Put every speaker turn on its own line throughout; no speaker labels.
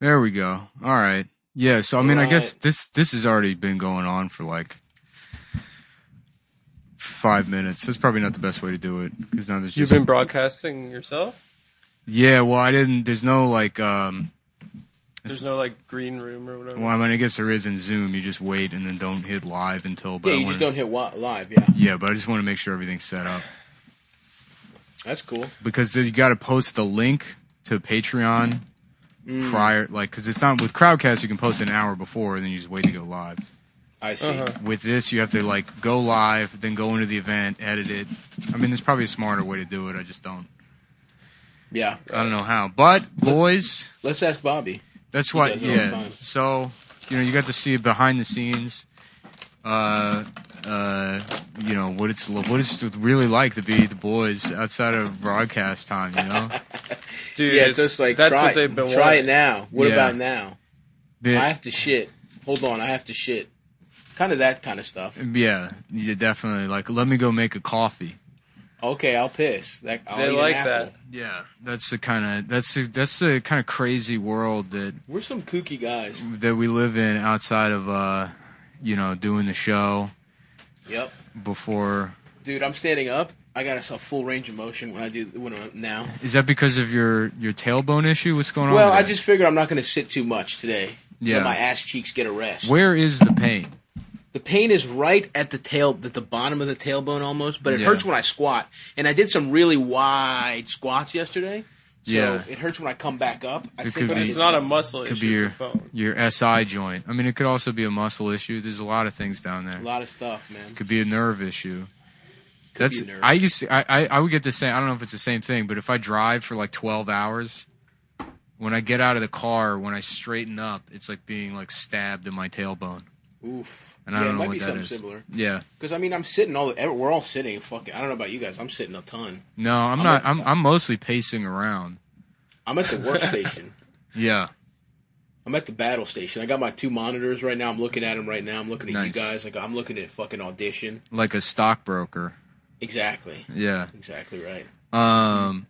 There we go. All right. Yeah. So I mean, I guess
Right.
this this has already been going on for like five minutes. That's probably not the best way to do it because now there's
You've
just
been broadcasting yourself.
yeah. Well, I didn't. There's no like. um
There's no like green room or whatever.
Well, I mean, I guess there is in Zoom. You just wait and then don't hit live until. But
Yeah,
I
you
wanna,
just don't hit wa- live. Yeah,
Yeah, but I just want to make sure everything's set up
that's cool.
because you got to post the link to Patreon
Mm.
prior, like because it's not with Crowdcast. You can post an hour before and then you just wait to go live.
I see.
Uh-huh.
with this you have to like go live then go into the event edit it i mean there's probably a smarter way to do it i just don't
Yeah,
i don't know how but boys
let's ask Bobby.
that's why
does it all the
yeah
time.
so you know you got to see behind the scenes uh uh you know what it's what it's really like to be the boys outside of broadcast time you know
Dude,
yeah,
it's-
just like
that's
try,
what they've been
try it
wanting.
now. What
Yeah.
about now?
The-
I have to shit. Hold on, I have to shit. Kind of that kind of stuff.
yeah you definitely like let me go make a coffee
Okay, I'll piss. That, I'll
They
eat an
like
apple.
that.
yeah that's the kind of that's the, that's the kind of crazy world that
We're some kooky guys.
that we live in outside of uh you know doing the show
Yep,
before
dude. I'm standing up. I got a full range of motion when I do when I'm now.
is that because of your your tailbone issue what's
Oh,
going on
Well,
with
I
that?
just figured I'm not going to sit too much today.
Yeah.
Let my ass cheeks get a rest.
where is the pain
The pain is right at the tail, at the bottom of the tailbone almost, but it
Yeah.
hurts when I squat. And I did some really wide squats yesterday, so
Yeah.
it hurts when I come back up. I
It could
But
be-
I
it's
did-
not a muscle
could be
issue.
your
It's a bone.
your si joint i mean it could also be a muscle issue there's a lot of things down there
a lot of stuff, man.
could be a nerve issue that's
be a nerve.
i used to, I, I i would get the same i don't know if it's the same thing but if i drive for like 12 hours when i get out of the car when i straighten up it's like being like stabbed in my tailbone
Oof.
and
yeah,
i don't
it
know
might
what
be
that
something
is
similar.
yeah
Because I mean, I'm sitting all. The, we're all sitting. Fucking. I don't know about you guys. I'm sitting a ton.
No, I'm,
I'm
not.
a-
I'm I'm mostly pacing around.
I'm at the workstation.
Yeah,
I'm at the battle station. I got my two monitors right now. I'm looking at them right now. I'm looking at
Nice.
you guys. Like I'm looking at fucking audition.
like a stockbroker.
Exactly.
Yeah.
Exactly right.
Um,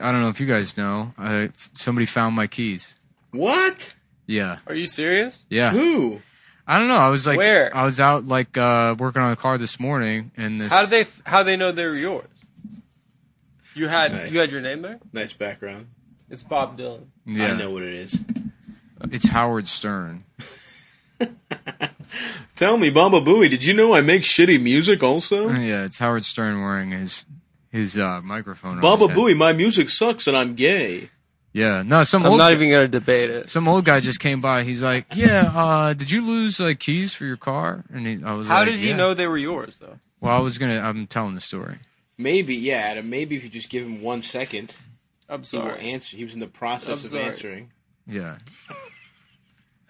I don't know if you guys know. I, somebody found my keys.
What?
Yeah,
Are you serious?
yeah.
Who?
I don't know. I was like,
Where?
I was out like uh, working on a car this morning, and this.
How did they? How they know they were yours? You had
Nice.
you had your name there.
Nice background.
It's Bob Dylan.
Yeah,
I know what it is.
it's Howard Stern.
Tell me, Baba Booey, did you know I make shitty music also?
yeah, it's Howard Stern wearing his his uh, microphone. on his
Baba
head.
Booey, my music sucks and I'm gay.
Yeah, no, some
I'm
old
not
guy-
even gonna debate it.
some old guy just came by. He's like, "Yeah, uh, did you lose like keys for your car?" And he, I was
How
like,
did he
"Yeah."
know they were yours though?
Well, I was gonna. I'm telling the story.
Maybe, yeah, Adam, maybe if you just give him one second,
I'm
he will
sorry.
answer. He was in the process
I'm
of
sorry.
answering.
Yeah.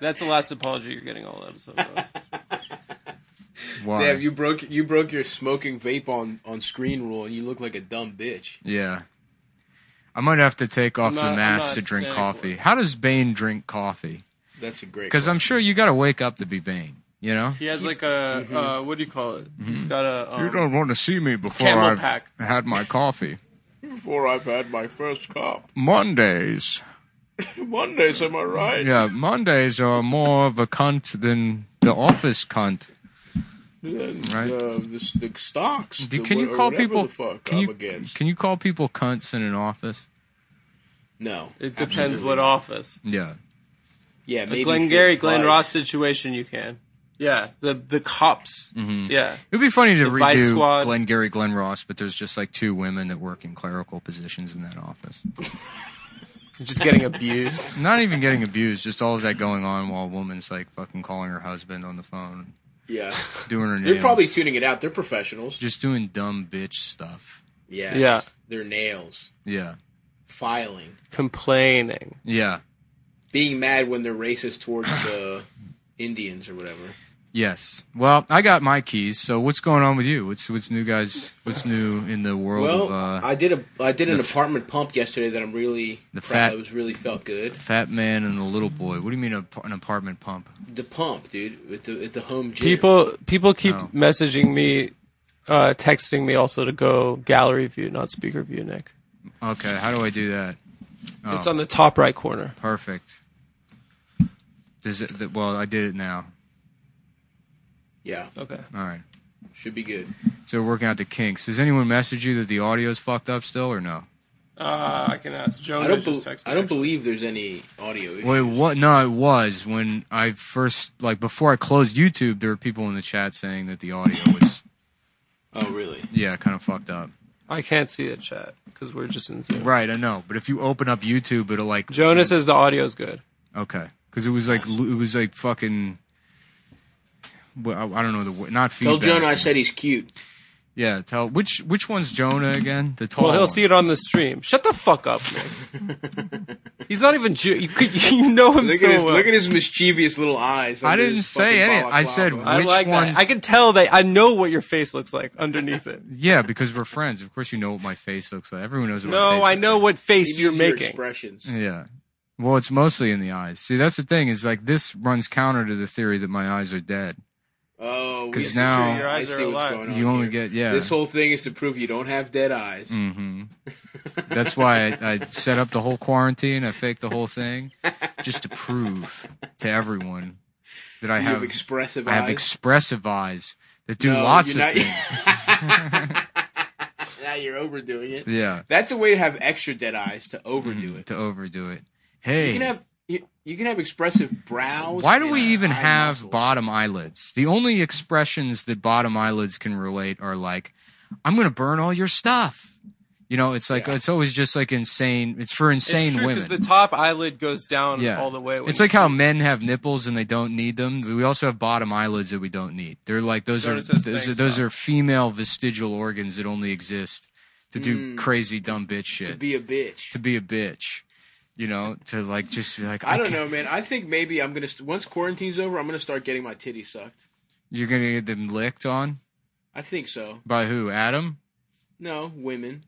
That's the last apology you're getting all episode. Of.
Why?
Damn, you broke you broke your smoking vape on, on screen rule and you look like a dumb bitch.
yeah. I might have to take off
not-
the
I'm
mask
not
to drink
saying
coffee.
for it.
How does Bane drink coffee?
That's a great
Because I'm sure you got to wake up to be Bane. You know.
He has like a
Mm-hmm.
uh, what do you call it?
Mm-hmm.
He's got a um,
want to see me before
Camel I've pack.
had my coffee.
Before I've had my first cup.
Mondays.
Mondays, am I right?
Yeah, Mondays are more of a cunt than the office cunt.
And,
Right.
uh, this- the stocks.
Do,
the
can
wha-
you
or
call
whatever
people?
The fuck
Can
I'm
you
against.
can you call people cunts in an office?
no.
It depends
absolutely
what
not.
office.
Yeah.
Yeah, maybe.
The
if
Glengarry,
you're
Glen
vice.
Ross situation, you can. Yeah, the the cops. Yeah,
It'd be funny to
The Vice
redo
Squad.
Glenn Gary, Glenn Ross, but there's just like two women that work in clerical positions in that office.
just getting abused.
Not even getting abused, just all of that going on while a woman's like fucking calling her husband on the phone,
Yeah.
doing her nails.
They're probably tuning it out. They're professionals.
just doing dumb bitch stuff.
Yes.
Yeah.
Their nails,
Yeah,
filing,
Complaining.
yeah,
being mad when they're racist towards the Indians or whatever.
yes. Well, I got my keys. So what's going on with you? What's what's new, guys? What's new in the world
Well,
of uh,
I did a I did an apartment pump yesterday that I'm really
The
proud.
fat-
That was really felt good.
Fat Man and the Little Boy? What do you mean a, an apartment pump?
The pump, dude, at the at the home gym.
People people keep
Oh.
messaging me, uh, texting me also to go gallery view, not speaker view, Nick.
Okay, how do I do that?
It's on the top right corner.
Perfect. Does it, th- well, I did it now.
Yeah,
Okay.
All right.
should be good.
So we're working out the kinks. Does anyone message you that the audio's fucked up still or no?
Uh, I can ask. Jonah
I don't.
just
bel
texted me,
I don't
actually.
believe there's any audio. Issues.
Wait, what? No, it was when I first like before I closed YouTube. There were people in the chat saying that the audio was
Oh, really?
yeah, kind of fucked up.
I can't see the chat because we're just in Zoom.
Right, I know. But if you open up YouTube, it'll like
Jonah says the audio's good.
Okay, because it was like lo- it was like fucking. Well, I I don't know the word. Not
Tell
feedback.
Jonah I said he's cute.
Yeah, tell which which one's Jonah again? The tall.
Well, he'll
one.
see it on the stream. Shut the fuck up, Nick. He's not even Jew. You, could- you know him
Look
so
at his
well.
look at his mischievous little eyes.
uh, I
under
didn't
his
say
fucking
any- I said-
balaclava.
I
Which
like
ones-
that. I can tell that. I know what your face looks like underneath it.
Yeah, because we're friends. Of course, you know what my face looks like. Everyone knows. What my
No,
face
I
looks
know what
He
face
needs
you're
your
making.
expressions.
like. Yeah. Well, it's mostly in the eyes. See, that's the thing. Is like this runs counter to the theory that my eyes are dead.
Oh, we
'Cause
see-
now-
Your eyes
I
are
see what's
alive.
going on.
you only
here.
get yeah.
This whole thing is to prove you don't have dead eyes.
hmm That's why I, I set up the whole quarantine. I faked the whole thing just to prove to everyone that I
You
have
have expressive
I have
eyes.
expressive eyes that do
No,
lots of
you're not-
things.
now you're overdoing it.
yeah,
That's a way to have extra dead eyes to overdo it.
to overdo it.
You
Hey,
can have you, you can have expressive brows.
why do
and
we
eye-
even
eye
have
muscles.
bottom eyelids? The only expressions that bottom eyelids can relate are like, "I'm going to burn all your stuff." You know, it's like
Yeah.
it's always just like insane. It's for insane
it's true
women.
the top eyelid goes down
yeah.
all the way. when
It's
you
like how
sleep.
men have nipples and they don't need them. We also have bottom eyelids that we don't need. They're like those
Don't
are
assess
those, are
things,
those
though.
are female vestigial organs that only exist to do crazy dumb bitch shit.
Mm. to be a bitch.
To be a bitch. You know, to like just be like
I don't
can't-
know, man. I think maybe I'm gonna st- once quarantine's over, I'm gonna start getting my titty sucked.
You're gonna get them licked on
I think so.
by who? Adam?
No, women.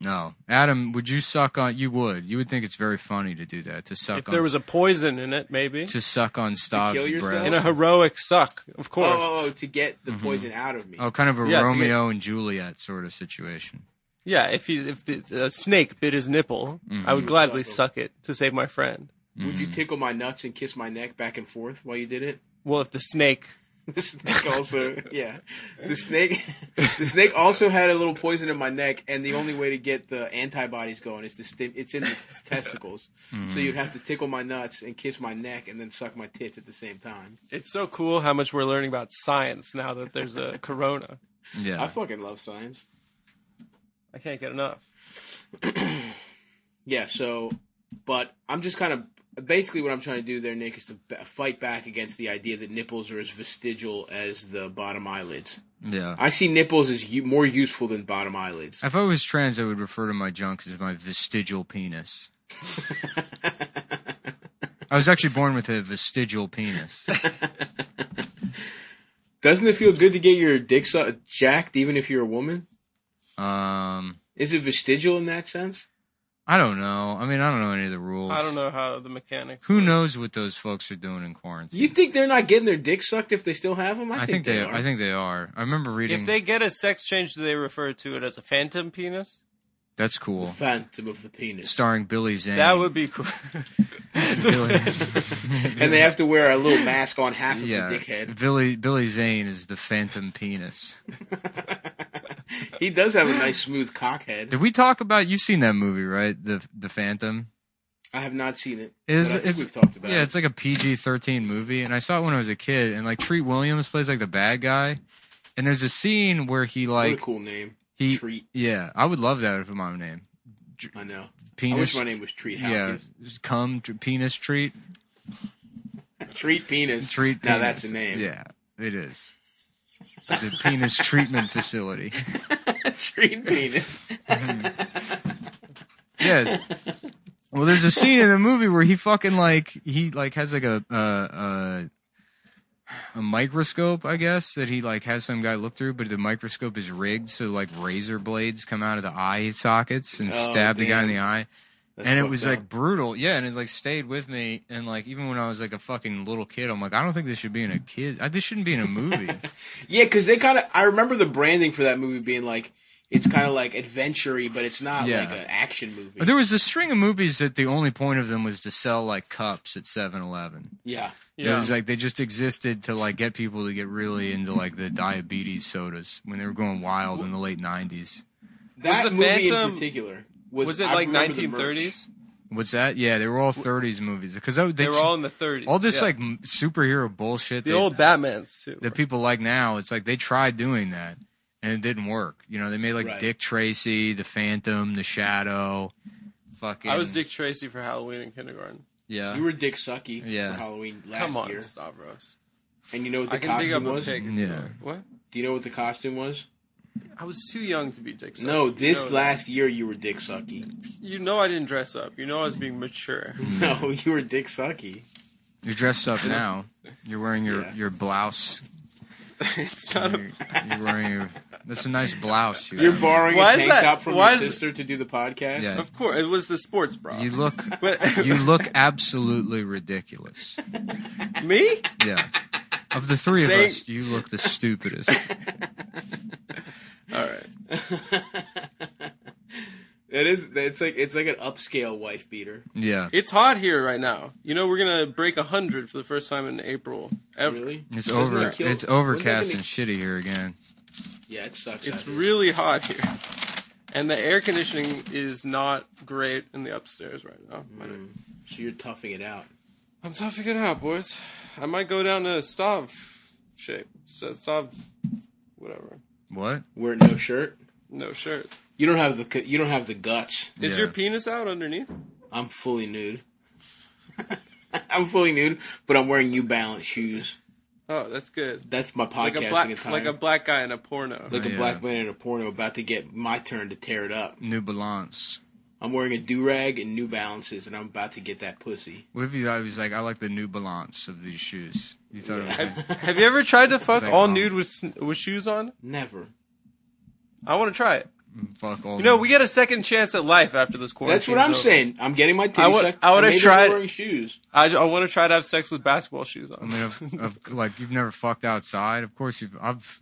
No, Adam. Would you suck on? You would. You would think it's very funny to do that. To suck
If
on.
there was a poison in it, maybe
to suck on Stav's
kill yourself?
breast.
in a heroic suck, of
Oh,
course.
oh, oh, to get the poison out of me.
oh, kind of a
Yeah, to get-
Romeo and Juliet sort of situation.
Yeah, if he, if the a snake bit his nipple,
Mm-hmm.
I would gladly suck it to save my friend.
Would you tickle my nuts and kiss my neck back and forth while you did it?
Well, if the snake,
The snake also, yeah. The snake, the snake also had a little poison in my neck, and the only way to get the antibodies going is to stim. It's in the testicles, so you'd have to tickle my nuts and kiss my neck, and then suck my tits at the same time.
it's so cool how much we're learning about science now that there's a corona.
Yeah.
I fucking love science.
I can't get enough.
Yeah. So, but I'm just kind of basically what I'm trying to do there, Nick, is to b- fight back against the idea that nipples are as vestigial as the bottom eyelids.
yeah.
I see nipples as u- more useful than bottom eyelids.
If I was trans, I would refer to my junk as my vestigial penis. I was actually born with a vestigial penis.
Doesn't it feel good to get your dick su- jacked even if you're a woman?
Um,
Is it vestigial in that sense?
I don't know. I mean, I don't know any of the rules.
I don't know how the mechanics.
Who
work.
knows what those folks are doing in quarantine?
You think they're not getting their dick sucked if they still have them? I,
I think they.
are.
I think they are. I remember reading.
If they get a sex change, do they refer to it as a phantom penis?
That's cool.
Phantom of the penis,
Starring Billy Zane.
That would be cool.
Billy,
and they have to wear a little mask on half of
yeah,
the dickhead.
Billy Billy Zane is the Phantom Penis.
He does have a nice smooth cockhead.
Did we talk about? You've seen that movie, right? The the Phantom.
I have not seen it.
It is-
but I think
it's-
we've talked about
Yeah,
it.
it's like a PG thirteen movie, and I saw it when I was a kid. And like Treat Williams plays like the bad guy, and there's a scene where he
what
like
a cool name.
he
Treat.
yeah, I would love that if it was my name
I know. I
penis
wish my name was Treat
yeah
Hopkins.
just cum tr- penis treat
Treat Penis.
treat
Now
penis.
that's the name.
yeah it is the penis treatment facility
Treat Penis.
yes. Well, there's a scene in the movie where he fucking like he like has like a uh, uh, a microscope, I guess, that he like has some guy look through, but the microscope is rigged so like razor blades come out of the eye sockets and
Oh,
stab the guy in
damn.
the eye.
That's
and it
fucked
was
up.
like brutal, yeah. And it like stayed with me, and like even when I was like a fucking little kid, I'm like, I don't think this should be in a kid. I, this shouldn't be in a movie.
Yeah, because they kind of. I remember the branding for that movie being like, it's kind of like adventure-y, but it's not
Yeah.
like an action movie.
There was a string of movies that the only point of them was to sell like cups at 7-Eleven.
yeah,
It
Yeah.
was like they just existed to like get people to get really into like the diabetes sodas when they were going wild in the late 90s.
that
the
movie
Phantom-
in particular was,
Was it
I
like
remember the merch.
1930s?
What's that? Yeah, they were all 30s movies because they,
They were all in the 30s.
all this
yeah.
like m- superhero bullshit
the
that,
old Batman's too.
that people like now. It's like they tried doing that and it didn't work. You know, they made like
Right.
Dick Tracy, The Phantom, The Shadow. Fucking,
I was Dick Tracy for Halloween in kindergarten.
Yeah,
You were Dick Sucky
Yeah.
for Halloween last
Come on,
year,
Stavros.
and you know what the
I can dig up
costume
a
was?
pig. if
Yeah.
you want. What?
Do you know what the costume was?
I was too young to be Dick Sucky.
no,
You
this
know that.
last year you were Dick Sucky.
You know I didn't dress up. You know I was being mature.
No, you were Dick Sucky.
you're dressed up now. You're wearing your
Yeah.
your blouse.
it's not
You're,
a.
you're wearing your. That's a nice blouse. You
You're
have.
borrowing
Why
a
is
tank
that-
top from
why
your
is th-
sister to do the podcast.
Yeah.
Of course, it was the sports bra.
You look.
but
You look absolutely ridiculous.
me?
Yeah. Of the three
Say-
of us, you look the stupidest.
All right.
It is. It's like it's like an upscale wife beater.
Yeah.
It's hot here right now. You know we're gonna break hundred for the first time in April ever.
Really?
It's
Doesn't
over.
that kill-
It's
wouldn't
overcast
that
and shitty here again.
make- yeah, it sucks.
It's
out here.
really hot here, and the air conditioning is not great in the upstairs right now.
Mm. so you're toughing it out.
I'm toughing it out, boys. I might go down to Stav shape. So Stav, whatever.
What?
Wearing no shirt.
No shirt.
You don't have the cu- you don't have the guts.
Is
Yeah.
your penis out underneath?
I'm fully nude. I'm fully nude, but I'm wearing New Balance shoes.
Oh, that's good.
That's my podcasting
Like a black,
attire. Oh,
like a black guy in a porno.
Like a
Yeah.
black man in a porno about to get my turn to tear it up.
New Balance.
I'm wearing a do rag and New Balances, and I'm about to get that pussy.
What if you? I was like, I like the New Balance of these shoes. You thought it was. Like,
Have you ever tried to fuck
Like,
all
um,
nude with sn- with shoes on?
Never.
I want to try it.
fuck all.
You know, we get a second chance at life after this quarantine.
That's what I'm saying. I'm getting my titty
I would-
sucked.
I would've
may just be
tried-
wearing shoes.
I, want to try to have sex with basketball shoes on.
I mean, of, of, like you've never fucked outside. Of course you've. I've.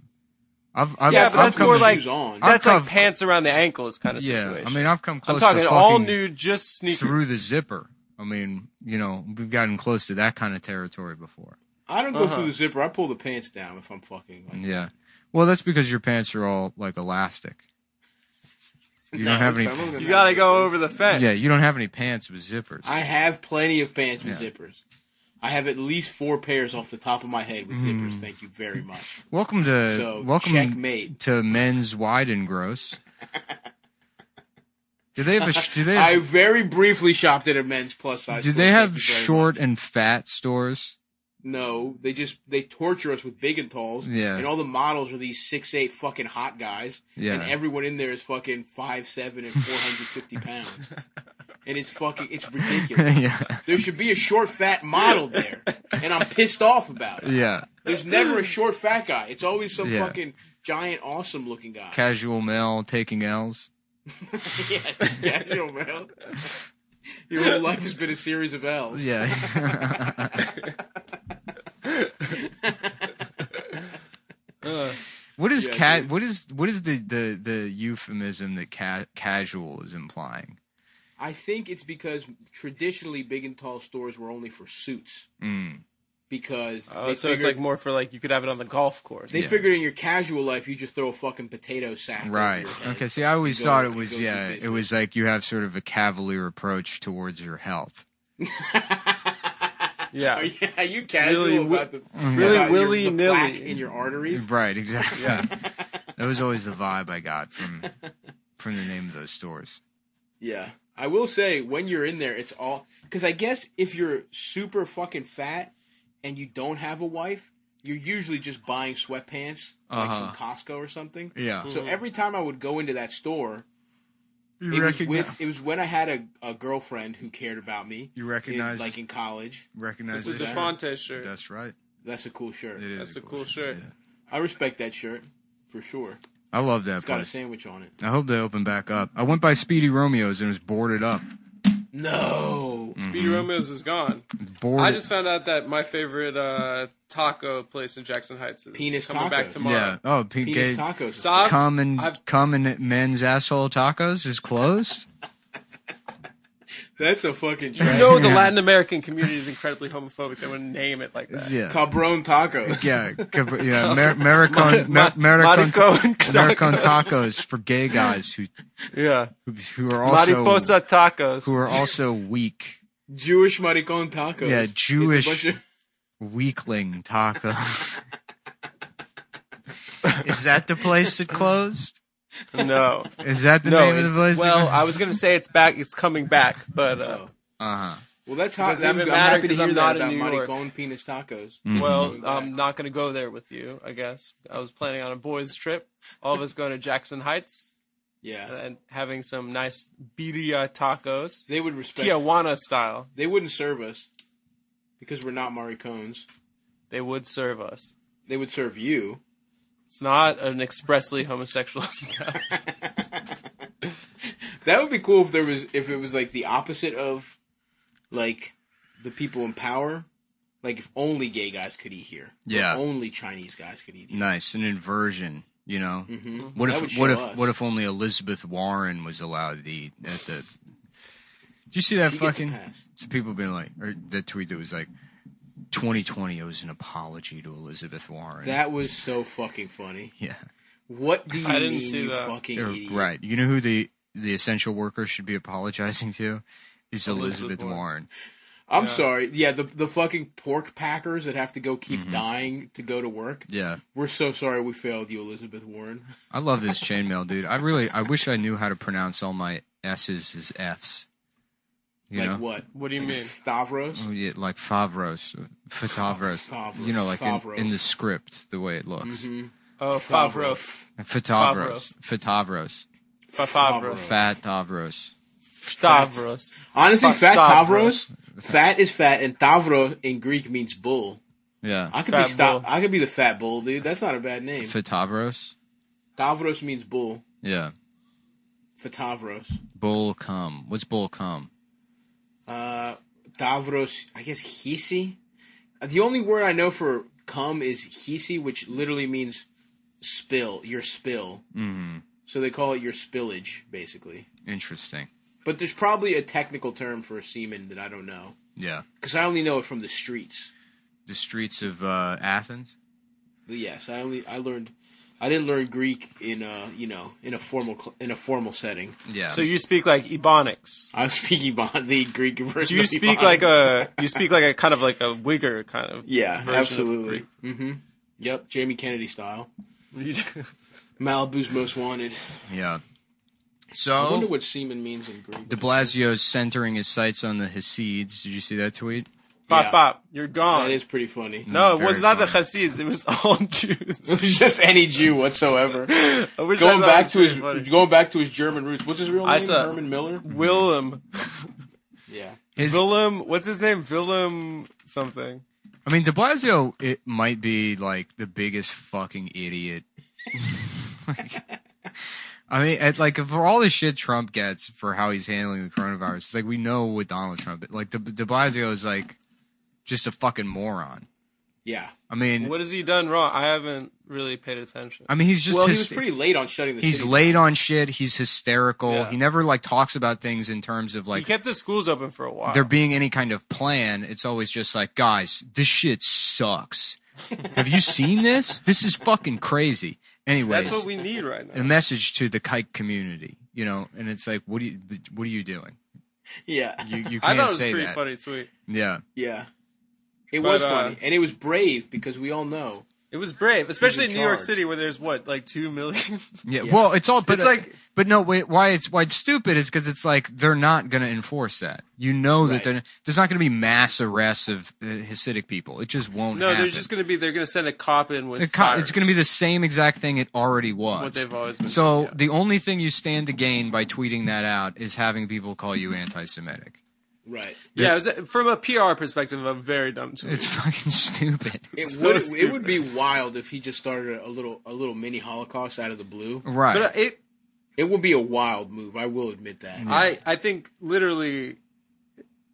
I've. I've
Yeah, but
I've
that's
come-
more like-
shoes on.
I'm
that's like
cov-
pants around the ankles kind of
Yeah,
situation.
I mean, I've come
I'm
close. to
talking all
fucking
nude, just sneakers.
through the zipper. I mean, you know, we've gotten close to that kind of territory before.
I don't go through the zipper. I pull the pants down if I'm fucking. Like,
Yeah. Well, that's because your pants are all like elastic. You don't have any.
some of them have
you gotta
zippers.
go over the fence.
Yeah, you don't have any pants with zippers.
I have plenty of pants with
Yeah.
zippers. I have at least four pairs off the top of my head with
Mm.
zippers. Thank you very much.
welcome to
So
welcome
checkmate.
to Men's Wide and Gross. do they have a? sh- Do they?
I
Have,
very briefly shopped at a men's plus size.
do
store.
they
Thank
have
you very
short
much.
and fat stores?
No, they just they torture us with big and talls.
Yeah.
and all the models are these six eight fucking hot guys.
Yeah.
and everyone in there is fucking five seven and four hundred fifty pounds. And it's fucking it's ridiculous.
yeah.
There should be a short fat model there, and I'm pissed off about it.
Yeah.
There's never a short fat guy. It's always some
Yeah.
fucking giant awesome looking guy.
Casual male taking L's.
yeah, casual male. Your whole life has been a series of L's.
Yeah.
Uh,
What is
Yeah,
ca-
dude.
What is what is the the, the euphemism that ca- casual is implying?
I think it's because traditionally big and tall stores were only for suits. Because
oh,
they
so
figured,
it's like more for like you could have it on the golf course.
they figured in your casual life you just throw a fucking potato sack. over
Right.
your head.
Okay. See, I always
You go-
thought it
you
was
go do
yeah. It
business.
was like you have sort of a cavalier approach towards your health.
yeah.
Are you, Oh, are you casual
Really wi-
about the about
really
your- the
willy-nilly.
plaque in your arteries?
Right. Exactly. that was always the vibe I got from from the name of those stores.
Yeah. I will say when you're in there, it's all because I guess if you're super fucking fat and you don't have a wife, you're usually just buying sweatpants
Uh-huh.
like from Costco or something.
Yeah.
So every time I would go into that store,
you
it was, with, it was when I had a, a girlfriend who cared about me.
You
in-
recognize-
like in college.
recognize
It's a
this shirt?
Defonte shirt.
That's right.
That's a cool shirt.
It is.
That's a cool shirt.
Yeah.
I respect that shirt for sure.
I love that
It's got a
place.
sandwich on it.
Mm. I hope they open back up. I went by Speedy Romeo's and it was boarded up.
No.
Speedy
Mm-hmm.
Romeo's is gone.
Bored.
I just found out that my favorite uh, taco place in Jackson Heights is
Penis
coming
Taco.
back tomorrow.
yeah. Oh, pe-
Penis
gay-
tacos.
Stop.
common
I've-
common men's asshole tacos is closed.
That's a fucking
You
trash.
know the Latin American community is incredibly homophobic. They would name it like that.
Yeah.
Cabron tacos.
yeah, cab- yeah, Mer- Maricon, Mer- Maricon,
Maricon
Maricon tacos for gay guys who
Yeah.
who are also
Mariposa tacos.
who are also weak.
Jewish maricon tacos.
Yeah,
It's a
Jewish-
bunch of-
weakling tacos. Is that the place that closed?
no.
Is that the
No.
name of the
it's-
place?
well, I was going to say it's back. It's coming back, but uh,
uh huh.
Oh. Well, that's hot.
Doesn't
I'm,
even
I'm
matter
happy to
'cause
hear
I'm
that
not in
about
New York.
maricon penis tacos.
Mm.
well, I'm not going to go there with you, I guess. I was planning on a boys' trip. All of us going to Jackson Heights
Yeah,
and having some nice birria tacos,
they would respect.
Tijuana style.
They wouldn't serve us because we're not maricones.
They would serve us.
They would serve you.
It's not an expressly homosexual style.
That would be cool if there was if it was like the opposite of like the people in power. Like if only gay guys could eat here. Or
Yeah.
only Chinese guys could eat here.
Nice, an inversion. You know, what
Mm-hmm. That would
if
show
what if
us.
what if only Elizabeth Warren was allowed to eat at the? Did you see that
She gets a
fucking?
pass.
Some people been like, or that tweet that was like, 2020 owes an apology to Elizabeth Warren.
That was so fucking funny.
yeah,
What do you
I didn't
mean,
see
you
that.
fucking
Or-
idiot?
right. You know who the the essential workers should be apologizing to is
Elizabeth
Elizabeth,
Warren.
Warren.
I'm sorry. Yeah, the the fucking pork packers that have to go keep dying to go to work.
Yeah.
We're so sorry we failed you, Elizabeth Warren.
I love this chainmail, dude. I really, I wish I knew how to pronounce all my S's as F's. You
like
know?
what?
What do you mean?
Stavros?
Oh, yeah, like Favros, Fatavros.
Favros,
You know, like in, in
Favros.
the script, the way it looks.
Oh, Favro.
Fatavros, Fatavros,
Favro.
Fatavros.
Stavros.
Honestly,
Fuck
fat
Stavros.
Tavros. Fat is fat, and Tavro in Greek means bull.
Yeah,
I could
Fat
be sta-
bull.
I could be the fat bull, dude. That's not a bad name.
Fatavros.
Tavros means bull.
Yeah,
Fatavros.
bull cum. What's bull cum?
Uh, Tavros. I guess hisi. Uh, The only word I know for cum is hisi, which literally means spill. Your spill. Mm-hmm. So they call it your spillage, basically.
Interesting.
But there's probably a technical term for semen that I don't know
Yeah,
because I only know it from the streets.
the streets of uh, Athens.
But yes, I only I learned I didn't learn Greek in a you know in a formal cl- in a formal setting.
Yeah.
So you speak like Ebonics.
I was speaking about the Greek version.
Do you
of
speak
Ebonics.
like a you speak like a kind of like a Wigger kind of
yeah,
version of
absolutely. hmm Yep, Jamie Kennedy style.
Greek?
Malibu's most wanted.
yeah.
Oh.
I wonder
So
what semen means in Greek.
De Blasio's centering his sights on the Hasids. Did you see that tweet?
Pop
Yeah.
pop, you're gone.
That is pretty funny.
no, it
Very
was not the
funny.
Hasids. It was all Jews.
It was just any Jew whatsoever.
I wish I
going
thought
back
it
to
was
his
pretty funny.
going back to his German roots. What's his real name?
I saw-
Herman Miller.
Willem.
Yeah.
His,
Willem. What's his name? Willem something.
I mean, De Blasio, it might be like the biggest fucking idiot. Like, I mean, at, like for all the shit Trump gets for how he's handling the coronavirus, it's like we know what Donald Trump. Like De, De Blasio is like just a fucking moron.
Yeah.
I mean,
What has he done wrong? I haven't really paid attention.
I mean, he's just
Well, he
hys-
was pretty late on shutting the.
he's
city
late on shit. He's hysterical.
Yeah.
He never like talks about things in terms of
He
like
kept the schools open for a while.
there being any kind of plan. It's always just like, guys, this shit sucks. Have you seen this? This is fucking crazy. Anyways,
That's what we need right
a
now.
message to the kike community, you know, and it's like, what do you, what are you doing?
Yeah.
You, you
I
can't
thought it was a
say
pretty
that.
funny tweet.
Yeah,
Yeah. It
But,
was
uh,
funny. And it was brave because we all know.
It was brave, especially in New York
charge.
City where there's what like two million.
yeah. Well, it's all, but uh,
It's like-
but no, wait, why it's why it's stupid is because it's like they're not going to enforce that. You know that
Right.
they're, there's not going to be mass arrests of uh, Hasidic people. It just won't.
no,
happen.
there's just going to be they're going to send a cop in with.
The co-
fire.
it's going to be the same exact thing it already was.
What they've always been
So
doing, yeah.
the only thing you stand to gain by tweeting that out is having people call you anti-Semitic.
Right.
Yeah, it was, from a PR perspective, a very dumb tweet.
It's fucking stupid,
It
So
would it
stupid.
would be wild if he just started a little a little mini Holocaust out of the blue.
right?
but uh, it,
It would be a wild move, I will admit that.
I, I think literally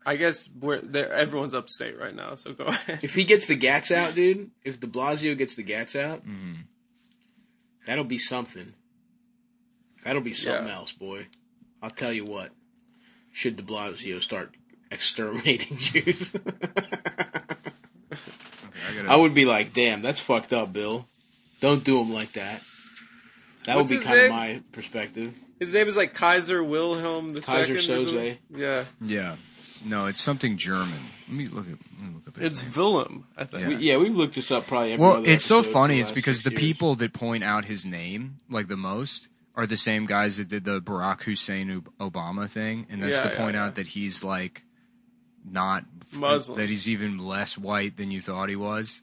I guess we're there. Everyone's upstate right now, so go ahead.
If he gets the gats out, dude, if De Blasio gets the gats out, that'll be something. That'll be something
Yeah.
else, boy. I'll tell you what. Should De Blasio start exterminating Jews,
I gotta.
I would be like, "Damn, that's fucked up, Bill. Don't do him like that." That
What's
would
his
be kind
name?
of my perspective.
His name is like Kaiser Wilhelm the
Kaiser
Second. or
Soze.
something. Yeah,
yeah. No, it's something German. Let me look at. Let me look up. his
it's Willem. I think.
Mm-hmm. Yeah.
We- yeah, we've looked this up probably. Every
Well,
other
it's so
episode for
funny. It's
last
because
six
the
years.
people that point out his name like the most are the same guys that did the Barack Hussein Ob- Obama thing, and that's
Yeah,
to
yeah,
point
yeah.
out that he's like not
Muslim.
that he's even less white than you thought he was.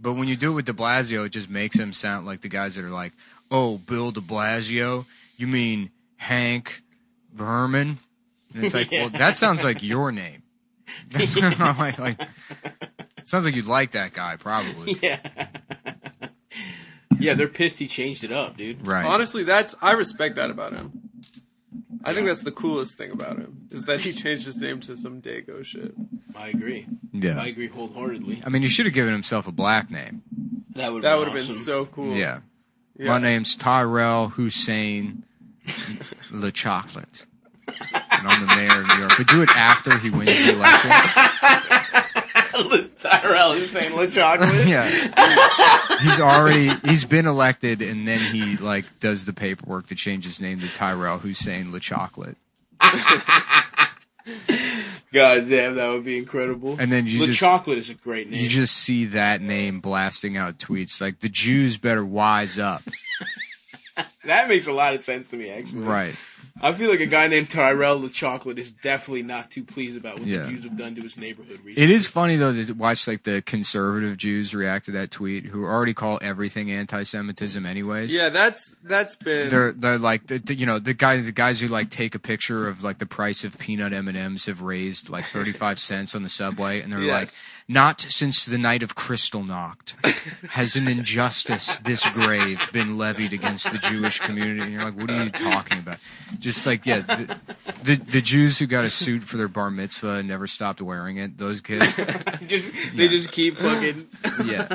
But when you do it with De Blasio, it just makes him sound like the guys that are like, "Oh, Bill De Blasio, you mean Hank Berman?" And it's like, well, that sounds like your name. That's like, like, sounds like you'd like that guy, probably.
Yeah. yeah, they're pissed he changed it up, dude.
Right.
Honestly, that's I respect that about him. I think that's the coolest thing about him is that he changed his name to some Dago shit.
I agree.
Yeah.
I agree wholeheartedly.
I mean, he should have given himself a black name.
That would
That would have been so cool.
Yeah.
Yeah.
My name's Tyrell Hussein Le Chocolate. And I'm the mayor of New York. But do it after he wins the election.
Tyrell is saying "Le Chocolate."
yeah. He's already he's been elected and then he like does the paperwork to change his name to Tyrell Hussein Le Chocolate.
God damn, that would be incredible.
And then you
Le
just-
Chocolate is a great name.
You just see that name blasting out tweets like the Jews better wise up.
that makes a lot of sense to me, actually.
Right.
I feel like a guy named Tyrell Le Chocolate is definitely not too pleased about what
Yeah.
the Jews have done to his neighborhood recently.
It is funny though to watch like the conservative Jews react to that tweet, who already call everything anti-Semitism anyways.
Yeah, that's that's been
they're they're like the, the- you know the guys the guys who like take a picture of like the price of peanut M and M's have raised like thirty five cents on the subway, and they're like,
Yes.
not since the night of Kristallnacht has an injustice this grave been levied against the Jewish community. And you're like, what are you talking about? Just like yeah, the the, the Jews who got a suit for their bar mitzvah and never stopped wearing it. Those kids,
just they just keep fucking
yeah.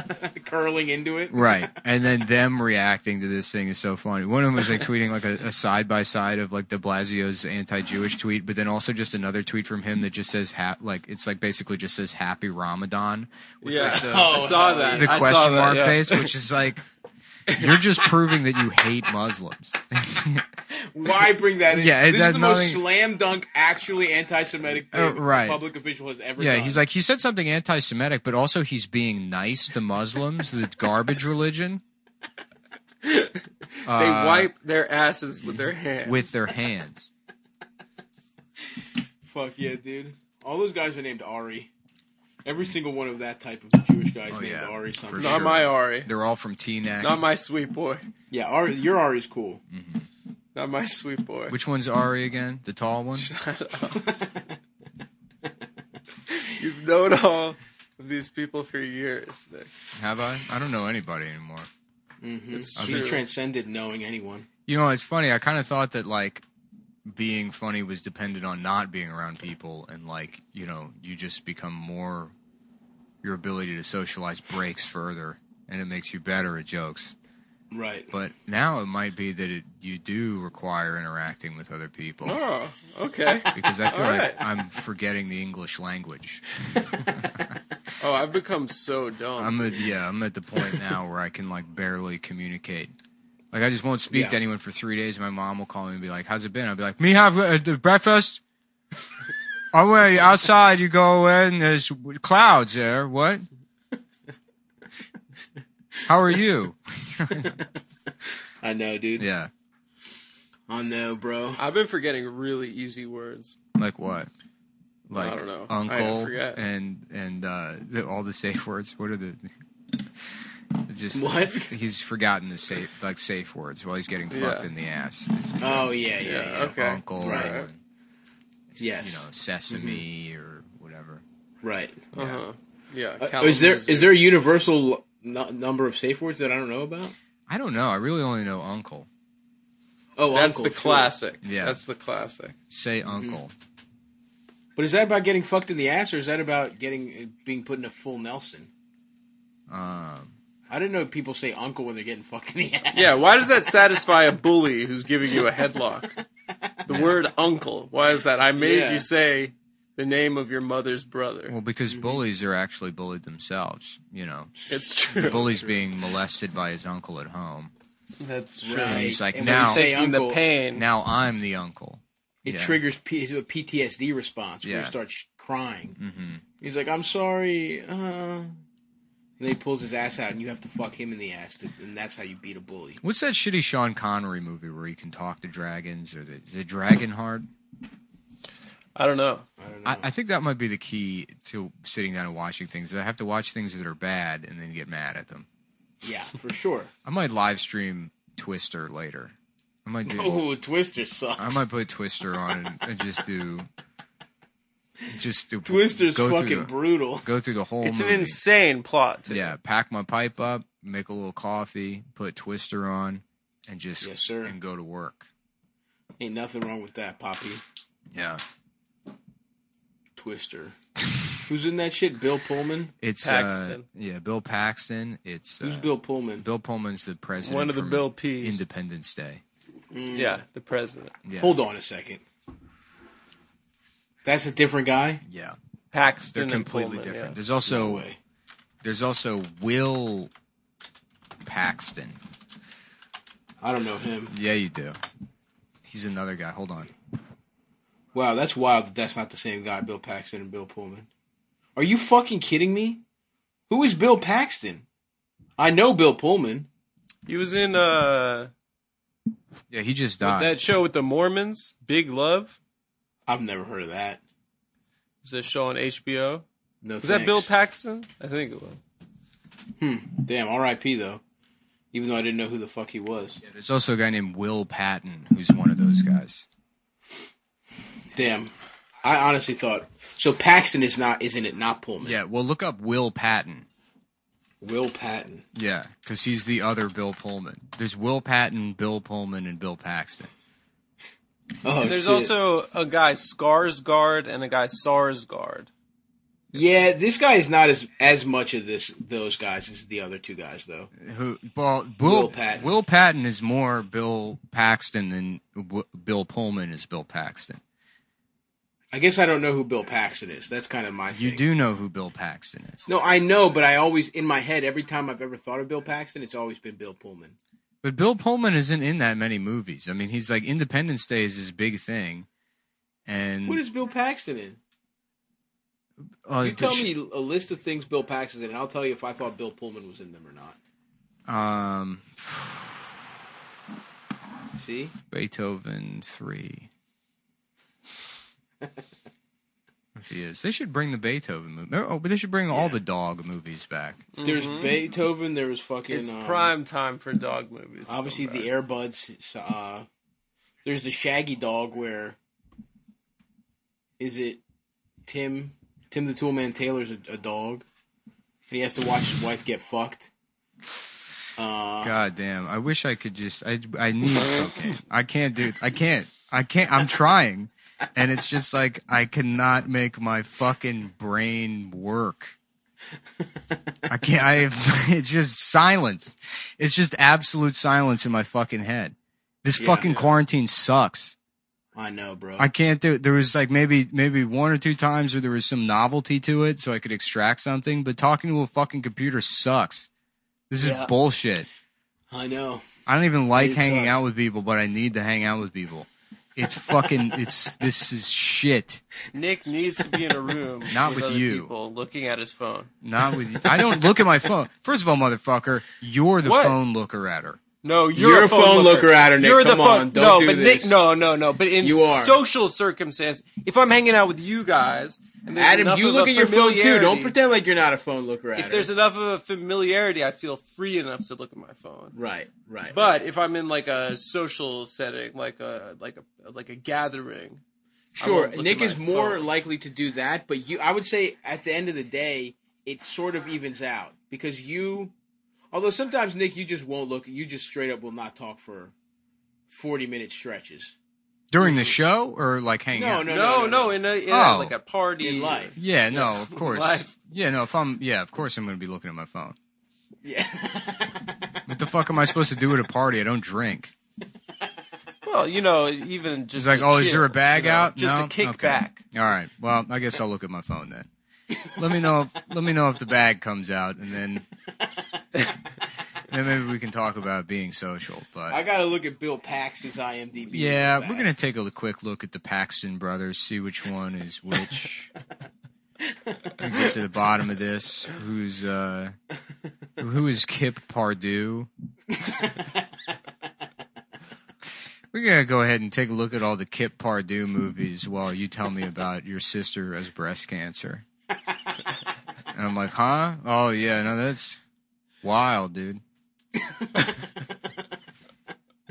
curling into it.
Right. And then them reacting to this thing is so funny. One of them was like tweeting like a side by side of like de Blasio's anti Jewish tweet, but then also just another tweet from him that just says, ha- like, it's like basically just says happy Ramadan with
yeah.
like, the,
I saw
hell
that.
Oh, the
I
question
saw that,
mark
yeah.
face, which is like, you're just proving that you hate Muslims.
Why bring that in?
Yeah, it
this is
has
the
nothing-
most slam dunk, actually anti-Semitic thing
Uh, right.
a public official has ever
yeah.
done.
He's like, he said something anti Semitic, but also he's being nice to Muslims, the garbage religion,
They wipe their asses with their hands.
uh, with their hands.
Fuck yeah, dude. All those guys are named Ari. Every single one of that type of Jewish guy is
Oh,
named
yeah.
Ari something.
For
not
sure.
my Ari,
They're all from T Neck.
not my sweet boy,
Yeah, Ari, your Ari's cool.
not my sweet boy.
Which one's Ari again? The tall one?
You've known all of these people for years. Nick.
Have I? I don't know anybody anymore. Mm-hmm.
It's
He's
true.
transcended knowing anyone.
You know, it's funny. I kind of thought that like being funny was dependent on not being around people, and like you know, you just become more. Your ability to socialize breaks further, and it makes you better at jokes.
Right.
But now it might be that it, you do require interacting with other people
oh, okay.
because I feel
All
like
right.
I'm forgetting the English language.
Oh, I've become so dumb.
I'm at yeah, I'm at the point now where I can like barely communicate. Like I just won't speak to
Yeah.
anyone for three days. My mom will call me and be like, "How's it been?" I'll be like, "Me have uh, the breakfast." I went outside. You go in. There's clouds there. What? How are you?
I know, dude.
Yeah.
I know, bro.
I've been forgetting really easy words.
Like what? Like
don't know. I
uncle
forget.
and and uh, the, all the safe words. What are the just
What?
He's forgotten the safe like safe words while he's getting fucked
Yeah.
in the ass. It's the
Oh yeah, yeah.
Yeah,
yeah.
okay.
uncle,
Right.
or, uh,
Yes.
you know, sesame
Mm-hmm.
or whatever.
right.
Uh huh. Yeah.
Uh, is there is there a universal n- number of safe words that I don't know about?
I don't know. I really only know uncle.
Oh,
That's
uncle,
the
sure.
classic.
Yeah.
Mm-hmm. That's the classic.
Say uncle.
But is that about getting fucked in the ass, or is that about getting uh, being put in a full Nelson?
Um,
I didn't know people say uncle when they're getting fucked in the ass.
Yeah, why does that satisfy a bully who's giving you a headlock? The word uncle. Why is that? I made
Yeah.
you say the name of your mother's brother.
well, because bullies are actually bullied themselves. You know,
It's true.
bully's being molested by his uncle at home.
That's true.
Right.
He's like,
and when
now,
you say
Taking
uncle,
the pain.
now I'm the uncle.
it
yeah.
triggers P- a PTSD response where
Yeah.
you start sh- crying.
hmm
He's like, "I'm sorry," uh, and then he pulls his ass out, and you have to fuck him in the ass, to, and that's how you beat a bully.
What's that shitty Sean Connery movie where he can talk to dragons or the, is it Dragonheart?
I don't know.
I don't know.
I, I think that might be the key to sitting down and watching things. is I have to watch things that are bad and then get mad at them.
yeah, for sure.
I might live stream Twister later. I might do.
Oh, Twister sucks.
I might put Twister on and, and just do. Just do.
Twister's
go through
fucking
the-
brutal.
Go through the whole.
It's an
movie.
insane plot. too.
Yeah, pack my pipe up, make a little coffee, put Twister on, and just
Yes, sir.
and go to work.
Ain't nothing wrong with that, Poppy.
Yeah,
Twister. Who's in that shit? Bill Pullman.
it's Uh,
Paxton.
yeah, Bill Paxton. It's uh,
Who's Bill Pullman?
Bill Pullman's the president.
One of the
from
Bill Peas.
Independence Day.
Yeah, the president.
Yeah.
Hold on a second. That's a different guy.
Yeah,
Paxton
they're
and
completely
Pullman,
different.
yeah.
There's also
No way.
there's also Will Paxton.
I don't know him.
Yeah, you do. He's another guy. Hold on.
Wow, that's wild that that's not the same guy, Bill Paxton and Bill Pullman. Are you fucking kidding me? Who is Bill Paxton? I know Bill Pullman.
He was in uh
Yeah, he just
with
died.
that show with the Mormons, Big Love.
I've never heard of that.
It's a show on HBO.
No,
Was that Bill Paxton? I think it was.
Damn, R.I.P. though. Even though I didn't know who the fuck he was.
Yeah, there's also a guy named Will Patton who's one of those guys.
Damn, I honestly thought so. Paxton is not, isn't it? Not Pullman.
Yeah, well, look up Will Patton.
Will Patton.
Yeah, because he's the other Bill Pullman. There's Will Patton, Bill Pullman, and Bill Paxton.
Oh,
There's
shit.
also a guy Skarsgård and a guy Sarsgaard.
yeah. This guy is not as as much of this those guys as the other two guys though.
Who? Well, Will,
Will Patton.
Will Patton is more Bill Paxton than w- Bill Pullman is Bill Paxton.
I guess I don't know who Bill Paxton is. That's kind of my.
You
thing.
do know who Bill Paxton is,
No, I know, but I always in my head every time I've ever thought of Bill Paxton, it's always been Bill Pullman.
but Bill Pullman isn't in that many movies. I mean, he's like Independence Day is his big thing, and
Mm.
What is Bill Paxton in?
uh,
You tell
sh-
me a list of things Bill Paxton's in, and I'll tell you if I thought Bill Pullman was in them or not.
um,
See,
Beethoven three. if he is, they should bring the Beethoven movie. Oh, but they should bring all the dog movies back.
there's Beethoven. There was fucking.
Mm-hmm. It's
um,
prime time for dog movies. to
Obviously,
come
the
back.
Airbuds. Uh, there's the Shaggy Dog. Where is it? Tim Tim the Toolman Taylor's a, a dog, and he has to watch his wife get fucked. Uh,
God damn! I wish I could just. I I need cocaine. I can't do. I can't. I can't. I'm trying, and it's just like I cannot make my fucking brain work. I can't. I. It's just silence. It's just absolute silence in my fucking head. This
Yeah.
fucking quarantine sucks.
I know, bro.
I can't do it. There was like maybe maybe one or two times where there was some novelty to it, so I could extract something. But talking to a fucking computer sucks. This is
Yeah.
bullshit.
I know.
I don't even like
It
hanging
sucks.
out with people, but I need to hang out with people. It's fucking. it's this is shit.
Nick needs to be in a room
Not
with,
with
other
you.
people looking at his phone.
Not with. I don't look at my phone. First of all, motherfucker, you're the
What?
phone looker at her.
No, you're,
You're
a phone, looker.
at her, Nick.
You're the
Come
phone.
on, don't
no,
do
but
this.
Nick, no, no, no. But in
You are.
social circumstance, if I'm hanging out with you guys, and there's
Adam,
enough
you
of
look
a
at your phone too. Don't
familiarity-
pretend like you're not a phone looker. At
If
her.
there's enough of a familiarity, I feel free enough to look at my phone.
right, right,
But if I'm in like a social setting, like a like a like a gathering,
sure.
won't look
Nick
at my
is more
phone.
likely to do that, but you, I would say, at the end of the day, it sort of evens out because you, although sometimes Nick, you just won't look. You just straight up will not talk for forty minute stretches.
during the show or like hanging
No,
out?
no.
No, no, in a, in a-
Oh.
like a party
In life.
Yeah, no, of course.
Live.
Yeah, no, if I'm yeah, of course I'm gonna be looking at my phone.
Yeah.
What the fuck am I supposed to do at a party? I don't drink.
Well, you know, even
It's
just
like,
to
oh, is
chill,
there a bag
you know,
out?
Just
no?
a kickback.
Okay. All right. Well, I guess I'll look at my phone then. Let me know. If, let me know if the bag comes out, and then then maybe we can talk about being social.
I
But
gotta look at Bill Paxton's IMDb.
yeah,
real
we're gonna
fast.
take a quick look at the Paxton brothers, see which one is which. We can get to the bottom of this. Who's uh, who is Kip Pardue? We're gonna go ahead and take a look at all the Kip Pardue movies while you tell me about your sister as breast cancer. And I'm like, huh? Oh yeah, no, that's wild, dude.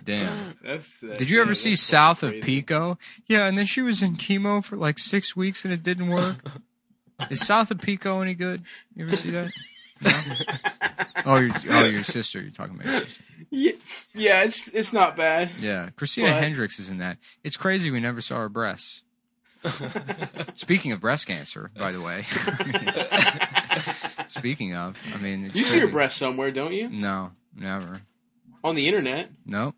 Damn.
That's- that's-
Did you ever
yeah,
see
that's
South of
crazy.
Pico? Yeah, and then she was in chemo for like six weeks and it didn't work. Is South of Pico any good? You ever see that? No? Oh, your oh your sister. You're talking about. Your sister.
Yeah, yeah, it's it's not bad.
Yeah, Christina
But-
Hendricks is in that. It's crazy we never saw her breasts. Speaking of breast cancer, by the way. Speaking of, I mean, it's
You see your
crazy.
breast somewhere, don't you?
No, never.
On the internet.
Nope.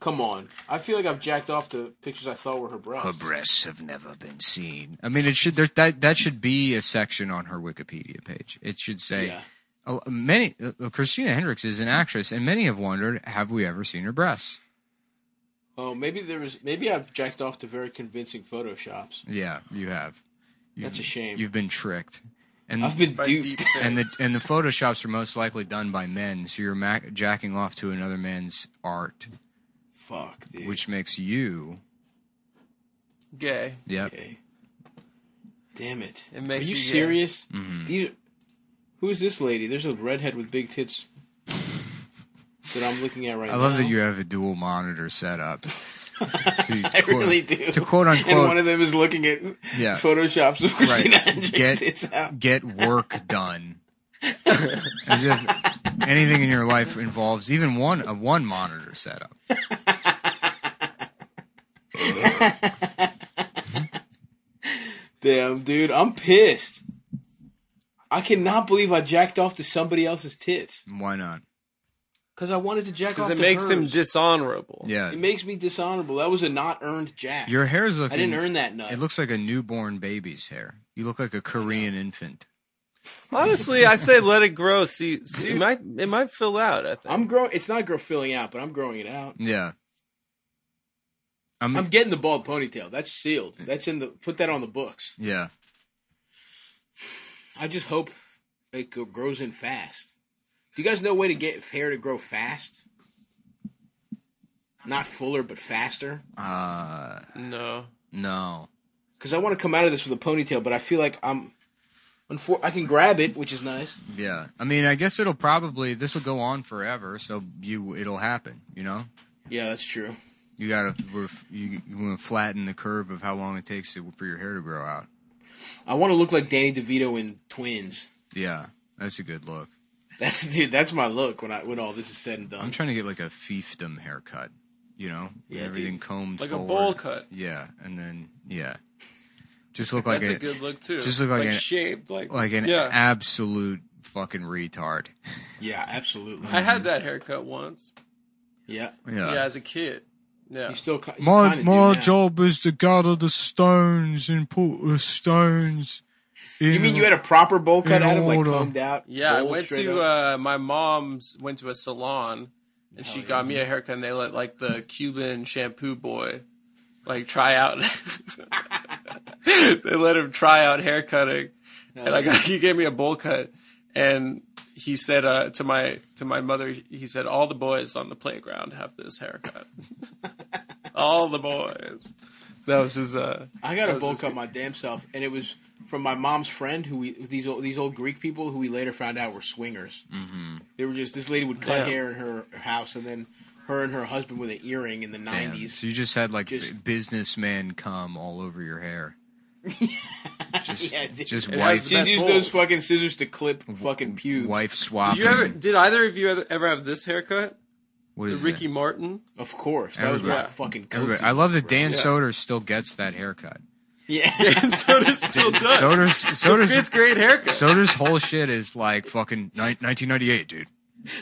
Come on. I feel like I've jacked off the pictures I thought were her breasts.
Her breasts have never been seen. I mean, it should there, that that should be a section on her Wikipedia page. It should say
Yeah.
a- many. Uh, Christina Hendricks is an actress, and many have wondered, have we ever seen her breasts?
Oh, maybe there was. Maybe I've jacked off to very convincing photoshops.
Yeah, you have. You've-
That's a shame.
You've been tricked. And
I've been
By
duped.
deep
and the
fakes.
and the photoshops are most likely done by men, so you're mac- jacking off to another man's art,
Fuck, dude.
which makes you.
gay.
Yep.
Okay. Damn it.
It makes
Are you
you- yeah.
serious?
Mm-hmm.
These. Who is this lady? There's a redhead with big tits that I'm looking at right
I
now.
love that you have a dual monitor setup. To
I
quote-
really do.
To quote
And one
unquote,
of them is looking at
Yeah.
photoshops of Christina Hendricks'
Get-
tits out.
get work done. As if anything in your life involves even one a one monitor setup.
Damn, dude, I'm pissed. I cannot believe I jacked off to somebody else's tits
Why not?
because I wanted to jack off.
Because it
to
makes him
hers.
dishonorable.
Yeah.
it makes me dishonorable. That was a not earned jack.
Your hair's looking
I didn't earn that nut.
It looks like a newborn baby's hair. You look like a Korean infant.
Honestly, I say let it grow. See, see, it might it might fill out. I think.
I'm growing. It's not grow filling out, but I'm growing it out.
Yeah. I'm,
I'm getting the bald ponytail. That's sealed. That's in the. Put that on the books.
yeah.
I just hope it go- grows in fast. Do you guys know a way to get hair to grow fast? Not fuller, but faster.
Uh
no.
no.
because I want to come out of this with a ponytail, but I feel like I'm. Unfor- I can grab it, which is nice.
Yeah. I mean, I guess it'll probably this will go on forever, so you it'll happen, you know?
Yeah, that's true.
You gotta we're, you, you want to flatten the curve of how long it takes to, for your hair to grow out.
I want to look like Danny DeVito in Twins.
Yeah, that's a good look.
That's dude. That's my look when I when all this is said and
I'm
done.
trying to get like a fiefdom haircut, you know,
Yeah,
everything
dude.
combed
Like a
forward.
bowl cut.
Yeah, and then yeah, just look like
That's a,
a,
good look too.
just look like
like
an-
shaved, like
like an
yeah.
absolute fucking retard.
yeah, absolutely.
I had that haircut once.
yeah,
Yeah.
Yeah, as a kid. Yeah.
you still. ki- you
My
kinda do
my
now.
job is to gather the stones and put the stones. In
You mean you had a proper bowl cut
In
out of like
order.
combed out?
Yeah, I
rolled
went
straight
to
up?
uh, my mom's went to a salon, and she got me a haircut. and They let like the Cuban shampoo boy, like try out. they let him try out hair cutting, and I got he gave me a bowl cut, and he said uh, to my to my mother, he said all the boys on the playground have this haircut. all the boys. That was his. Uh,
I got a
was
bowl
just-
cut my damn self, and it was from my mom's friend who we these old, these old Greek people who we later found out were swingers. Mm-hmm. They were just this lady would cut
Damn.
hair in her house, and then her and her husband with an earring in the
Damn.
nineties.
So you just had like
Just-
businessman cum all over your hair. just
Yeah, dude.
just
It
wife
has
She
That's
used
old.
those fucking scissors to clip fucking pubes.
wife
did
swapping.
you ever? Did either of you ever, ever have this haircut?
What is
Ricky
it?
Martin.
Of course, that was my
Everybody-
fucking.
Everybody-
go-to,
I love that
bro.
Dan
Yeah.
Soder still gets that haircut.
Yeah,
Yeah, Soda still does.
Soder's Soder's
Fifth grade haircut.
Soder's whole shit is like fucking ni- 1998, dude.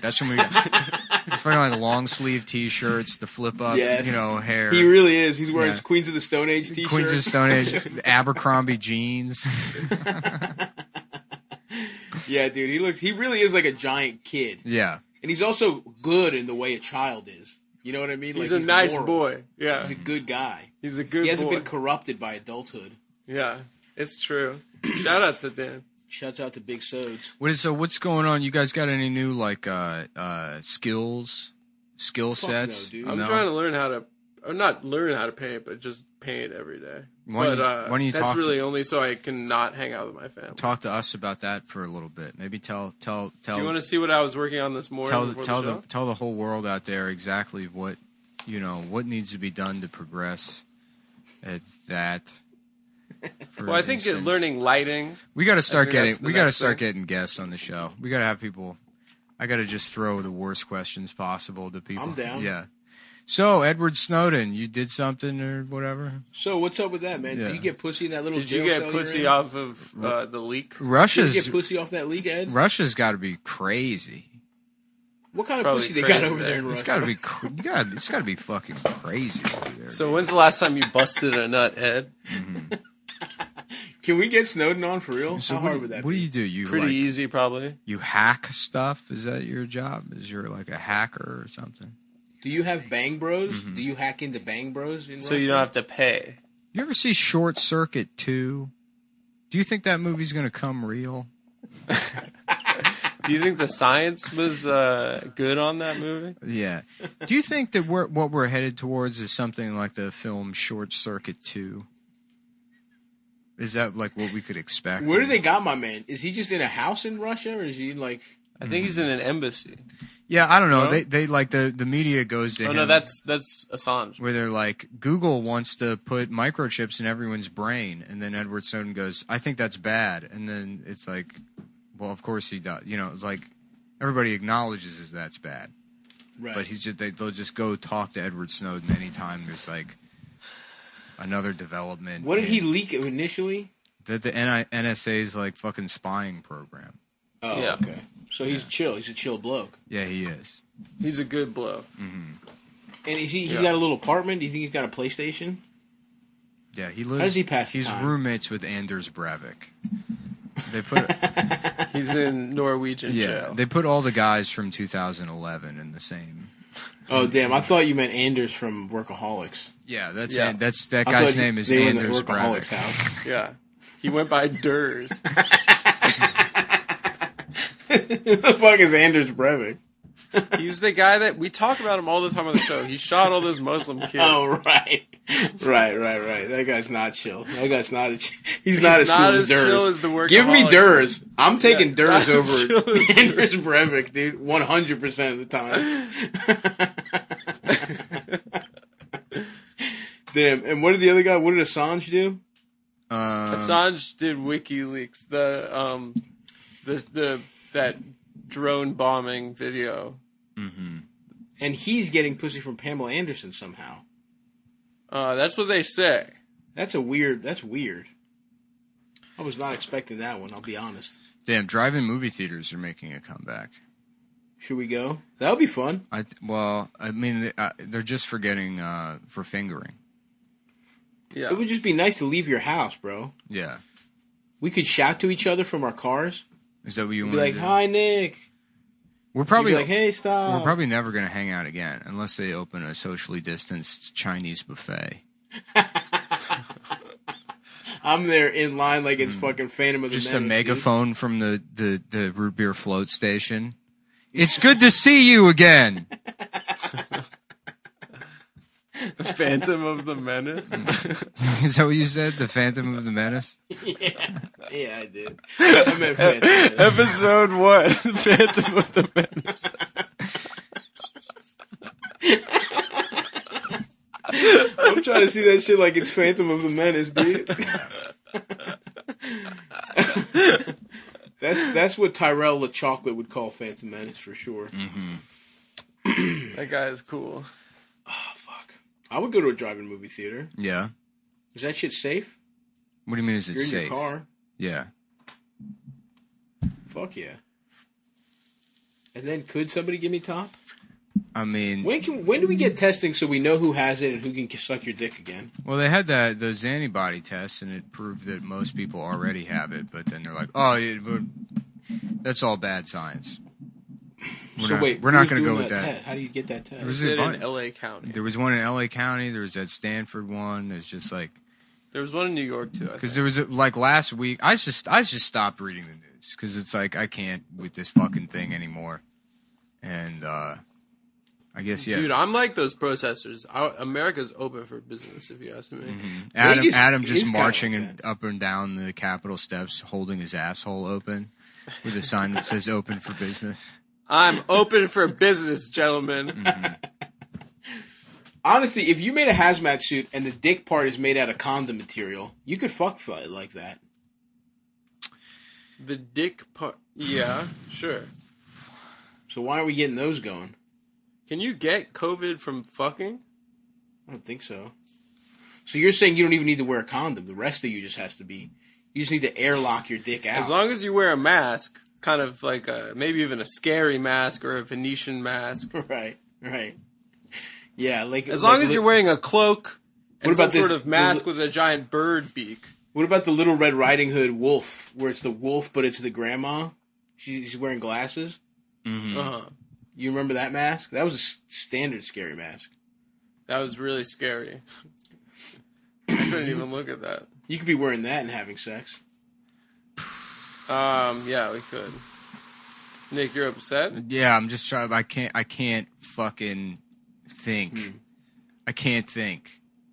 That's when we. It's funny, like long sleeve T-shirts, the flip up,
Yes.
you know, hair.
he really is. He's wearing
Yeah.
his Queens of the Stone Age T-shirt.
Queens of Stone Age, Abercrombie jeans.
yeah, dude, he looks. He really is like a giant kid,
yeah,
and he's also good in the way a child is. You know what I mean? Like,
he's a nice
moral.
boy. Yeah,
He's a good guy.
he's a good
He hasn't
boy.
been corrupted by adulthood.
yeah, it's true. Shout out to Dan.
Shouts out to Big Sodes.
What is so? What's going on? You guys got any new like uh uh skills, skill
no,
sets?
dude.
I'm
No?
trying to learn how to, or not learn how to paint, but just paint every day.
Why don't
but
you-
uh,
why don't you
that's
talk to-
really only so I can not hang out with my family.
talk to us about that for a little bit. Maybe tell tell tell
Do you want to see what I was working on this morning?
tell
before
tell
the
the,
show?
tell the whole world out there exactly what you know what needs to be done to progress at that. for
Well, I think
instance.
learning lighting.
we got to
I
start
think that's
getting
the
we got to
next
start
thing.
getting guests on the show. We got to have people. I got to just throw the worst questions possible to people.
I'm down.
Yeah. So Edward Snowden, you did something or whatever.
So what's up with that, man?
Yeah.
Do you get pussy in that little?
Did you
jail
get
cell you're
pussy
in?
off of uh, the leak?
Did
Russia's
you get pussy off that league, Ed?
Russia's got to be crazy.
What kind of
Probably
pussy they got
crazy
over there in
there.
It's got
Russia?
to be. Cr- you got. It's got to be fucking crazy over there.
So when's the last time you busted a nut, Ed?
Can we get Snowden on for real?
So
How
what,
hard
do-
would that
what
be?
do you do? You
Pretty
like,
easy, probably.
you hack stuff? Is that your job? Is you're like a hacker or something?
do you have Bang Bros? Do you hack into Bang Bros? In
Mm-hmm. So you don't have to pay.
You ever see Short Circuit Two? Do you think that movie's gonna come real?
Do you think the science was uh, good on that movie?
Yeah. Do you think that we're what we're headed towards is something like the film Short Circuit Two? Is that like what we could expect?
Where do they got my man? Is he just in a house in Russia, or is he like?
I think he's in an embassy.
Yeah, I don't know.
No?
They they like the the media goes to
Oh
him.
no, that's that's Assange.
where they're like Google wants to put microchips in everyone's brain, and then Edward Snowden goes, "I think that's bad," and then it's like, "Well, of course he does." You know, it's like everybody acknowledges is that's bad,
Right.
but he's just they, they'll just go talk to Edward Snowden anytime there's like another development.
what did
in-
he leak initially?
That the NI, NSA's like fucking spying program.
Oh,
Yeah.
okay. So he's chill. He's a chill bloke.
Yeah, he is.
He's a good blow.
And is he, he's
Yeah.
got a little apartment. Do you think he's got a PlayStation?
Yeah, he lives.
does he pass the
He's
time?
roommates with Anders Breivik. They put.
He's in Norwegian
Yeah,
jail.
they put all the guys from 2011 in the same.
Oh damn! I thought you meant Anders from Workaholics.
Yeah, that's
Yeah.
that's that
I
guy's
thought
name is
they were in
Anders
the Workaholics
Breivik.
house.
yeah, he went by Durs.
Who the fuck is Anders Breivik?
He's the guy that we talk about him all the time on the show. He shot all those Muslim kids.
Oh right, right, right, right. That guy's not chill. That guy's not. A ch- he's, not
He's
as
not
cool
as
as Durs.
chill as the
Give me
workaholics.
Durs. I'm taking
Yeah,
Durs
not as
over
chill as
Anders Breivik, dude. 100 percent of the time. Damn. And what did the other guy? What did Assange do?
Uh,
Assange did WikiLeaks, the um, the the that drone bombing video.
And he's getting pussy from Pamela Anderson somehow.
Uh, that's what they say.
That's a weird. That's weird. I was not expecting that one. I'll be honest.
damn, drive-in movie theaters are making a comeback.
Should we go? That would be fun.
I th- well, I mean, they- uh, they're just forgetting uh, for fingering.
Yeah,
It would just be nice to leave your house, bro.
Yeah,
We could shout to each other from our cars.
is that what you
Be
want
like,
to do?
"Hi, Nick."
We're
Probably
Mm-hmm. probably
like, "Hey, stop."
we're probably never gonna hang out again unless they open a socially distanced Chinese buffet.
I'm there in line like it's fucking Phantom of the
Mm. Just a
Menace,
megaphone from the the the root beer float station. It's good to see you again.
the Phantom of the Menace.
is that what you said? The Phantom of the Menace.
dude. Yeah, I did. I meant Phantom. of the Menace.
Episode one, Phantom of the Menace.
I'm trying to see that shit like it's Phantom of the Menace, dude. that's that's what Tyrell the Chocolate would call Phantom Menace for sure.
That guy is cool.
Oh fuck. I would go to a drive-in movie theater.
Yeah.
Is that shit safe?
What do you mean? Is it
You're in
safe?
your car.
Yeah.
Fuck yeah. And then could somebody give me top?
I mean,
When can when do we get testing so we know who has it and who can suck your dick again?
well, they had that those antibody tests, and it proved that most people already have it. But then they're like, oh, it, would- that's all bad science. We're
so
not,
wait,
we're not
who's
going to go
doing
with that.
test? How do you get that test?
It was
He
in
did
Bun-
in L.A. County.
There was one in L.A. County. There was that Stanford one. There's just like
There was one in New York too. I
because
think.
there was a, like last week. I just I just stopped reading the news because it's like I can't with this fucking thing anymore. And uh I guess yeah.
Dude, I'm like those protesters. Our, America's open for business, if you ask me.
Mm-hmm.
Adam,
Vegas
Adam
is
just
kinda
marching
like
and up and down the Capitol steps, holding his asshole open with a sign that says "Open for Business."
I'm open for business, gentlemen.
Honestly, if you made a hazmat suit and the dick part is made out of condom material, you could fuck th- like that.
The dick part. Yeah, sure.
So why aren't we getting those going?
Can you get COVID from fucking?
I don't think so. So you're saying you don't even need to wear a condom. The rest of you just has to be. You just need to airlock your dick out.
As long as you wear a mask, kind of like a maybe even a scary mask or a Venetian mask.
right, right. Yeah, like
As
Mm-hmm. like
long as
li-
you're wearing a cloak and
What
some
about this-
sort of mask with a giant bird beak.
What about the Little Red Riding Hood wolf, where it's the wolf but it's the grandma? She, she's wearing glasses. Mm-hmm.
Uh-huh.
You remember that mask? That was a s- standard scary mask.
That was really scary. I couldn't even look at that.
You could be wearing that and having sex.
Um, yeah, we could. Nick, you're upset?
Yeah, I'm just trying. I can't. I can't fucking think. I can't think.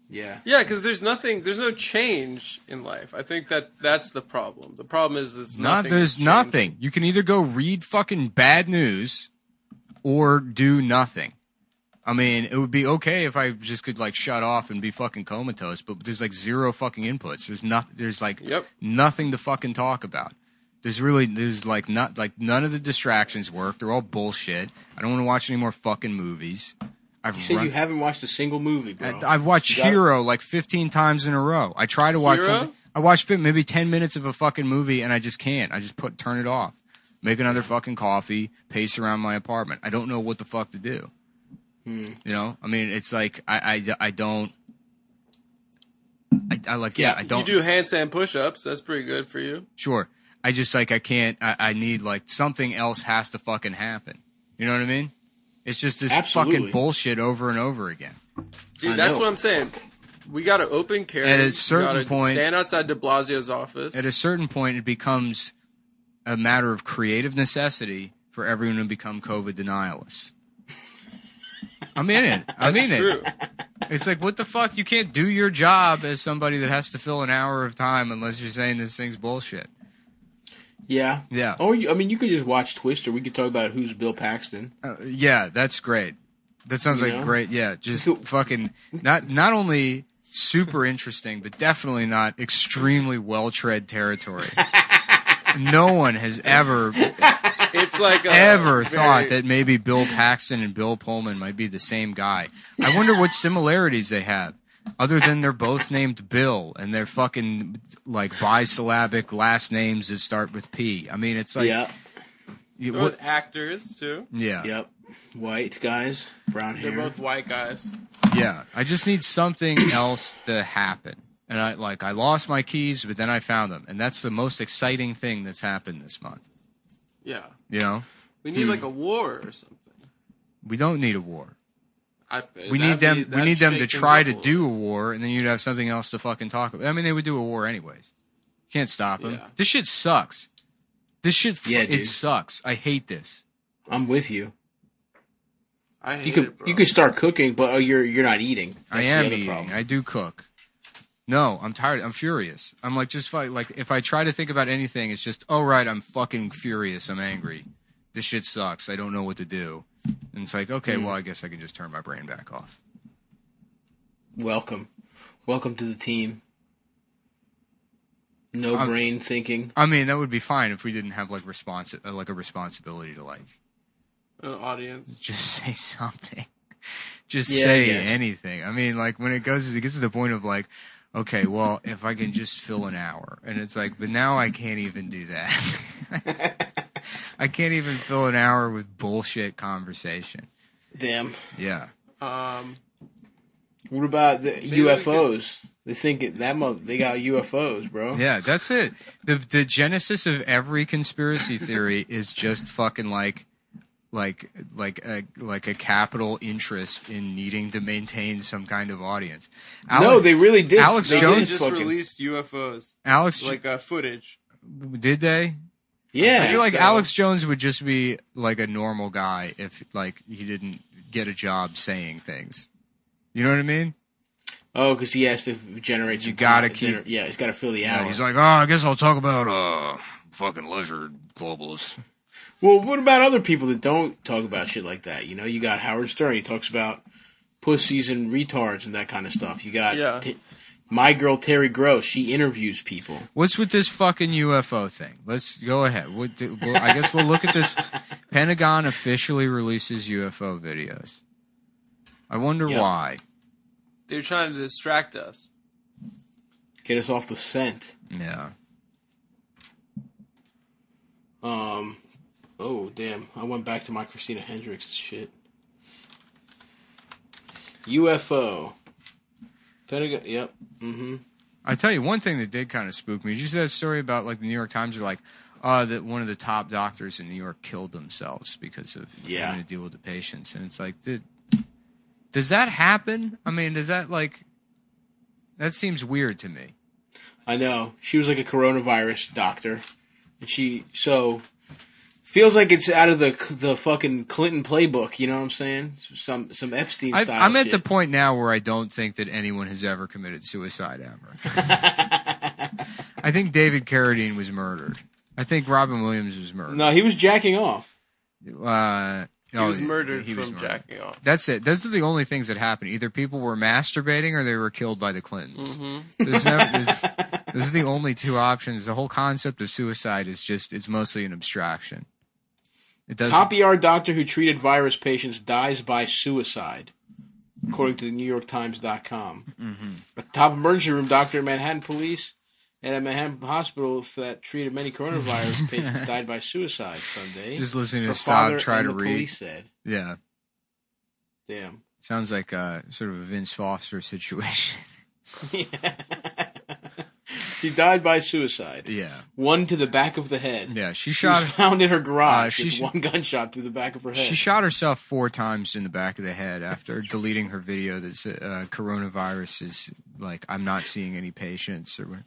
Yeah.
Yeah, because there's nothing, there's no change in life. I think that that's the problem. The problem is there's
Not
nothing.
there's
that's changed.
nothing. You can either go read fucking bad news, or do nothing. I mean, it would be okay if I just could like shut off and be fucking comatose, but there's like zero fucking inputs. There's not. There's like
Yep.
nothing to fucking talk about. There's really there's like not like none of the distractions work. They're all bullshit. I don't want to watch any more fucking movies. I've
You say
run-
you haven't watched a single movie, bro.
I, I've watched
You got-
Hero like 15 times in a row. I try to watch
Hero?
something. I watch fi- maybe 10 minutes of a fucking movie and I just can't. I just put turn it off. Make another fucking coffee, pace around my apartment. I don't know what the fuck to do. You know? I mean, it's like I I, I don't I, I like yeah, I
You
don't
do handstand push ups. That's pretty good for you.
sure. I just like I can't I, I need like something else has to fucking happen. You know what I mean? It's just this
Absolutely.
fucking bullshit over and over again.
Dude,
I
that's
know.
what I'm saying. We got to open carry.
At a
We
certain
gotta
point-
stand outside De Blasio's office.
at a certain point it becomes a matter of creative necessity for everyone to become COVID denialists. I mean it. I mean
That's true.
it. It's like what the fuck? You can't do your job as somebody that has to fill an hour of time unless you're saying this thing's bullshit.
yeah.
Yeah.
Or you, I mean, you could just watch Twister. We could talk about who's Bill Paxton.
Uh, yeah, that's great. That sounds
You
like
know?
great. Yeah, just
So-
fucking not not only super interesting, but definitely not extremely well tread territory. no one has ever
It's like uh, a
ever
very-
thought that maybe Bill Paxton and Bill Pullman might be the same guy. I wonder what similarities they have, other than they're both named Bill and they're fucking like bisyllabic last names that start with P. I mean, it's like
yeah.
you-
They're
what-
both actors too.
yeah, yeah,
Yep. White guys, brown hair.
They're both white guys.
I just need something else to happen. And I like I lost my keys, but then I found them, and that's the most exciting thing that's happened this month.
Yeah,
You know,
we
Hmm.
need like a war or something.
we don't need a war.
I,
we
that'd
need them.
be-
we need them
that'd
to
shake things
try
up a
to
little.
do a war, and then you'd have something else to fucking talk about. I mean, they would do a war anyways. Can't stop them.
Yeah.
This shit sucks. This shit. fu-
Yeah,
it
dude.
sucks. I hate this.
I'm with you.
I hate
You could
it, bro.
you could start cooking, but oh, you're you're not eating.
I
That's the
am
other
eating.
problem.
I do cook. No, I'm tired. I'm furious. I'm like just fight. Like if I try to think about anything, it's just oh right. I'm fucking furious. I'm angry. This shit sucks. I don't know what to do. And it's like okay,
Mm.
well I guess I can just turn my brain back off.
Welcome, welcome to the team. No brain thinking.
I mean that would be fine if we didn't have like response uh, like a responsibility to like
an audience.
just say something. Just
Yeah, I
say
guess.
anything. I mean, like when it goes, it gets to the point of like, okay, well, if I can just fill an hour, and it's like, but now I can't even do that. I can't even fill an hour with bullshit conversation.
Damn.
Yeah,
Um,
What about the
we
UFOs? They think it- that month they got UFOs, bro.
yeah, that's it. the The genesis of every conspiracy theory is just fucking like. Like, like a like a capital interest in needing to maintain some kind of audience.
no,
Alex-
they really did.
Alex
they
Jones
they
did
just
fucking-
released UFOs,
Alex
like uh, footage.
Did they?
Yeah,
I feel like
so.
Alex Jones would just be like a normal guy if like he didn't get a job saying things. You know what I mean?
Oh, because he has to generate.
You
some
gotta
content. Gener- yeah, he's got to fill the hour.
he's like, oh, I guess I'll talk about uh fucking lizard globalists.
well, what about other people that don't talk about shit like that? You know, you got Howard Stern. He talks about pussies and retards and that kind of stuff. You got
Yeah.
T- my girl Terry Gross. She interviews people.
What's with this fucking UFO thing? Let's go ahead. What do, well, I guess we'll look at this. Pentagon officially releases UFO videos. I wonder
Yep.
why.
They're trying to distract us.
Get us off the scent.
Yeah.
Um. Oh damn! I went back to my Christina Hendricks shit. UFO. Pentagon. Yep. Mm-hmm.
I tell you one thing that did kind of spook me. Did you see that story about like the New York Times are like, uh, that one of the top doctors in New York killed themselves because of
Yeah.
having to deal with the patients, and it's like, did, does that happen? I mean, does that like, that seems weird to me.
I know she was like a coronavirus doctor, and she so feels like it's out of the the fucking Clinton playbook. You know what I'm saying? Some some Epstein
I,
style.
I'm at
shit.
the point now where I don't think that anyone has ever committed suicide ever. I think David Carradine was murdered. I think Robin Williams was murdered.
No, he was jacking off.
Uh,
He was murdered from jacking off.
That's it. Those are the only things that happen. Either people were masturbating or they were killed by the Clintons.
Mm-hmm.
There's no, there's, those are the only two options. The whole concept of suicide is just, it's mostly an abstraction. It doesn't.
Copy our doctor who treated virus patients dies by suicide, according to the New York Times.com.
Mm-hmm.
A top emergency room doctor at Manhattan police and at Manhattan hospital that treated many coronavirus patients died by suicide Sunday.
just listening to
Her
Stop
father
try
and
to
the
read.
Police said,
Yeah.
"Damn."
Sounds like uh, sort of a Vince Foster situation.
She died by suicide.
yeah.
One to the back of the head.
Yeah. She
She was
shot.
found in her
Uh,
garage
she
with
sh-
one gunshot through the back of her head.
She shot herself four times in the back of the head after deleting her video that said, uh, coronavirus is like, I'm not seeing any patients or whatever.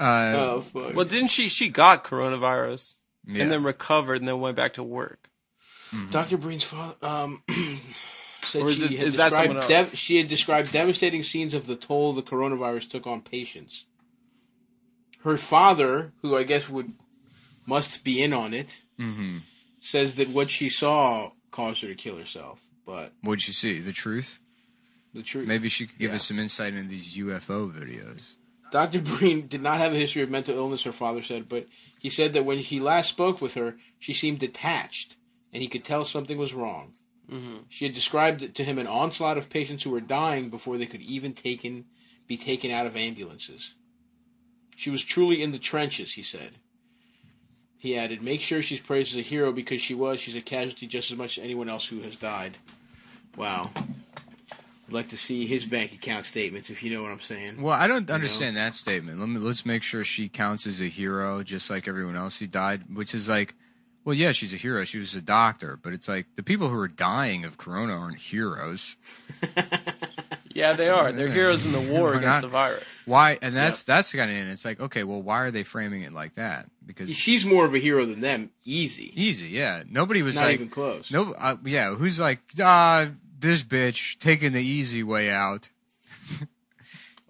Uh,
oh fuck!
Well, didn't she? She got coronavirus
yeah.
and then recovered and then went back to work.
Doctor Breen's father um, said
Or is
she
it-
had
is that
described
someone
dev- she had described devastating scenes of the toll the coronavirus took on patients. Her father, who I guess would must be in on it,
Mm-hmm.
Mhm.
says that what she saw caused her to kill herself. But
What'd you see? The truth?
the truth,
Maybe she could give
Yeah.
us some insight into these UFO videos.
Dr. Breen did not have a history of mental illness, her father said, but he said that when he last spoke with her, she seemed detached and he could tell something was wrong. She had described to him an onslaught of patients who were dying before they could even taken, be taken out of ambulances. She was truly in the trenches, he said. He added, Make sure she's praised as a hero because she was. She's a casualty just as much as anyone else who has died. Wow. I'd like to see his bank account statements if you know what I'm saying.
Well, I don't understand that statement. Let me let's make sure she counts as a hero, just like everyone else who died. Which is like, well, yeah, she's a hero. She was a doctor, but it's like the people who are dying of corona aren't heroes.
Yeah, they are. They're heroes in the war
Why
against
not?
the virus.
Why? And that's that's kind of it. It's like, okay, well, why are they framing it like that? Because
she's more of a hero than them. Easy,
easy, yeah. Nobody was
not
like,
even close.
no, uh, yeah. Who's like, ah, this bitch taking the easy way out.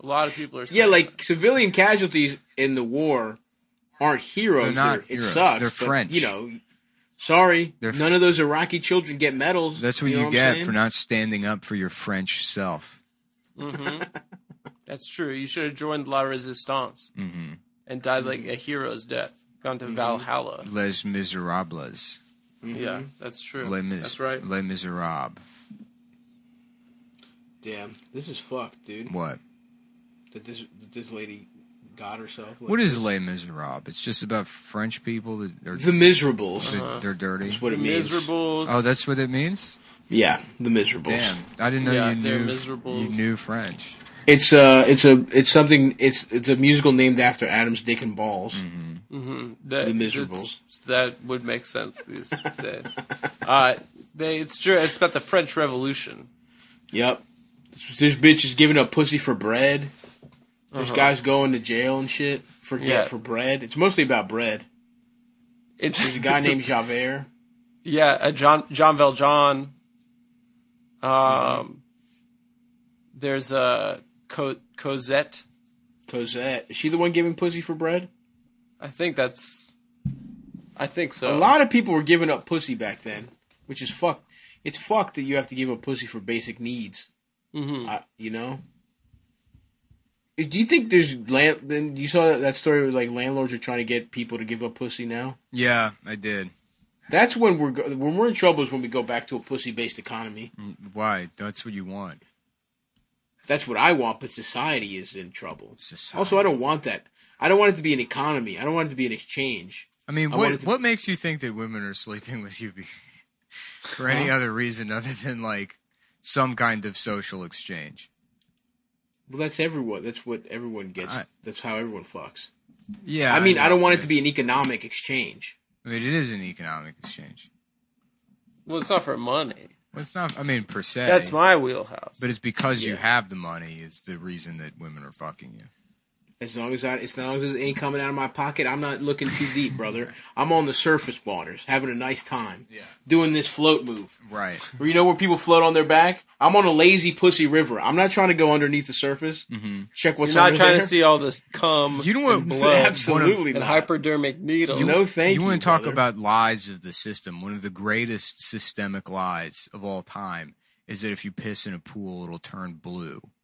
A lot of people are.
Yeah,
saying
like civilian casualties in the war aren't heroes.
They're not
It
heroes.
sucks.
They're
but,
French.
You know, sorry,
They're-
none of those Iraqi children get medals.
That's what you,
know I'm
get
saying?
for not standing up for your French self.
That's true. You should have joined La Resistance and died like a hero's death. gone to Valhalla.
Les Miserables.
Yeah, that's true.
Les Mis.
that's right.
Les Miserables.
Damn, this is fucked, dude.
What?
That this that this lady got herself. like
What is Les Miserables? It's just about French people that are
the Miserables?
that
uh,
they're dirty.
That's what it means.
Miserables.
Oh, that's what it means.
Yeah, the Miserables.
Damn, I didn't know
Yeah,
you
they're
knew. You
miserables.
knew French.
It's uh, it's a, it's something. It's it's a musical named after Adam's Dick and Balls.
Mm.
That,
The Miserables.
it's- That would make sense these days. Uh, they, it's true. It's about the French Revolution.
Yep. This bitch is giving up pussy for bread. This guy's going to jail and shit. Forget
Yeah.
for bread. It's mostly about bread.
It's
There's a guy
it's
named Javert.
yeah, uh, John John Valjean. Um, there's a uh, Co- Cosette.
Cosette. Is she the one giving pussy for bread?
I think that's. I think so.
A lot of people were giving up pussy back then, which is fucked. It's fucked that you have to give up pussy for basic needs. Mm-hmm. you know. Do you think there's land? Then you saw that, that story where like landlords are trying to get people to give up pussy now.
Yeah, I did.
That's when we're go- when we're in trouble is when we go back to a pussy based economy.
Mm, Why? That's what you want.
That's what I want, but society is in trouble.
Society.
Also, I don't want that. I don't want it to be an economy. I don't want it to be an exchange.
I mean,
I
what
wanted to-
what makes you think that women are sleeping with you be- for any other reason other than like some kind of social exchange?
Well, that's everyone. That's what everyone gets.
I-
that's how everyone fucks.
Yeah,
I mean, I
know,
don't want it
but-
to be an economic exchange.
I mean, it is an economic exchange.
well, it's not for money.
Well, it's not. I mean, per se.
That's my wheelhouse.
But it's because you
Yeah.
have the money is the reason that women are fucking you.
As long as I, as long as it ain't coming out of my pocket, I'm not looking too deep, brother. I'm on the surface waters, having a nice time.
Yeah. Mm-hmm.
Doing this float move,
Right.
where you know where people float on their back. I'm on a lazy pussy river. I'm not trying to go underneath the surface. Mm-hmm. Check what's
You're not
under
trying
there.
to see all this cum
You know what?
and blood
Absolutely
and
not.
hypodermic needles.
No, thank you.
you want to talk
brother.
about lies of the system? One of the greatest systemic lies of all time is that if you piss in a pool, it'll turn blue.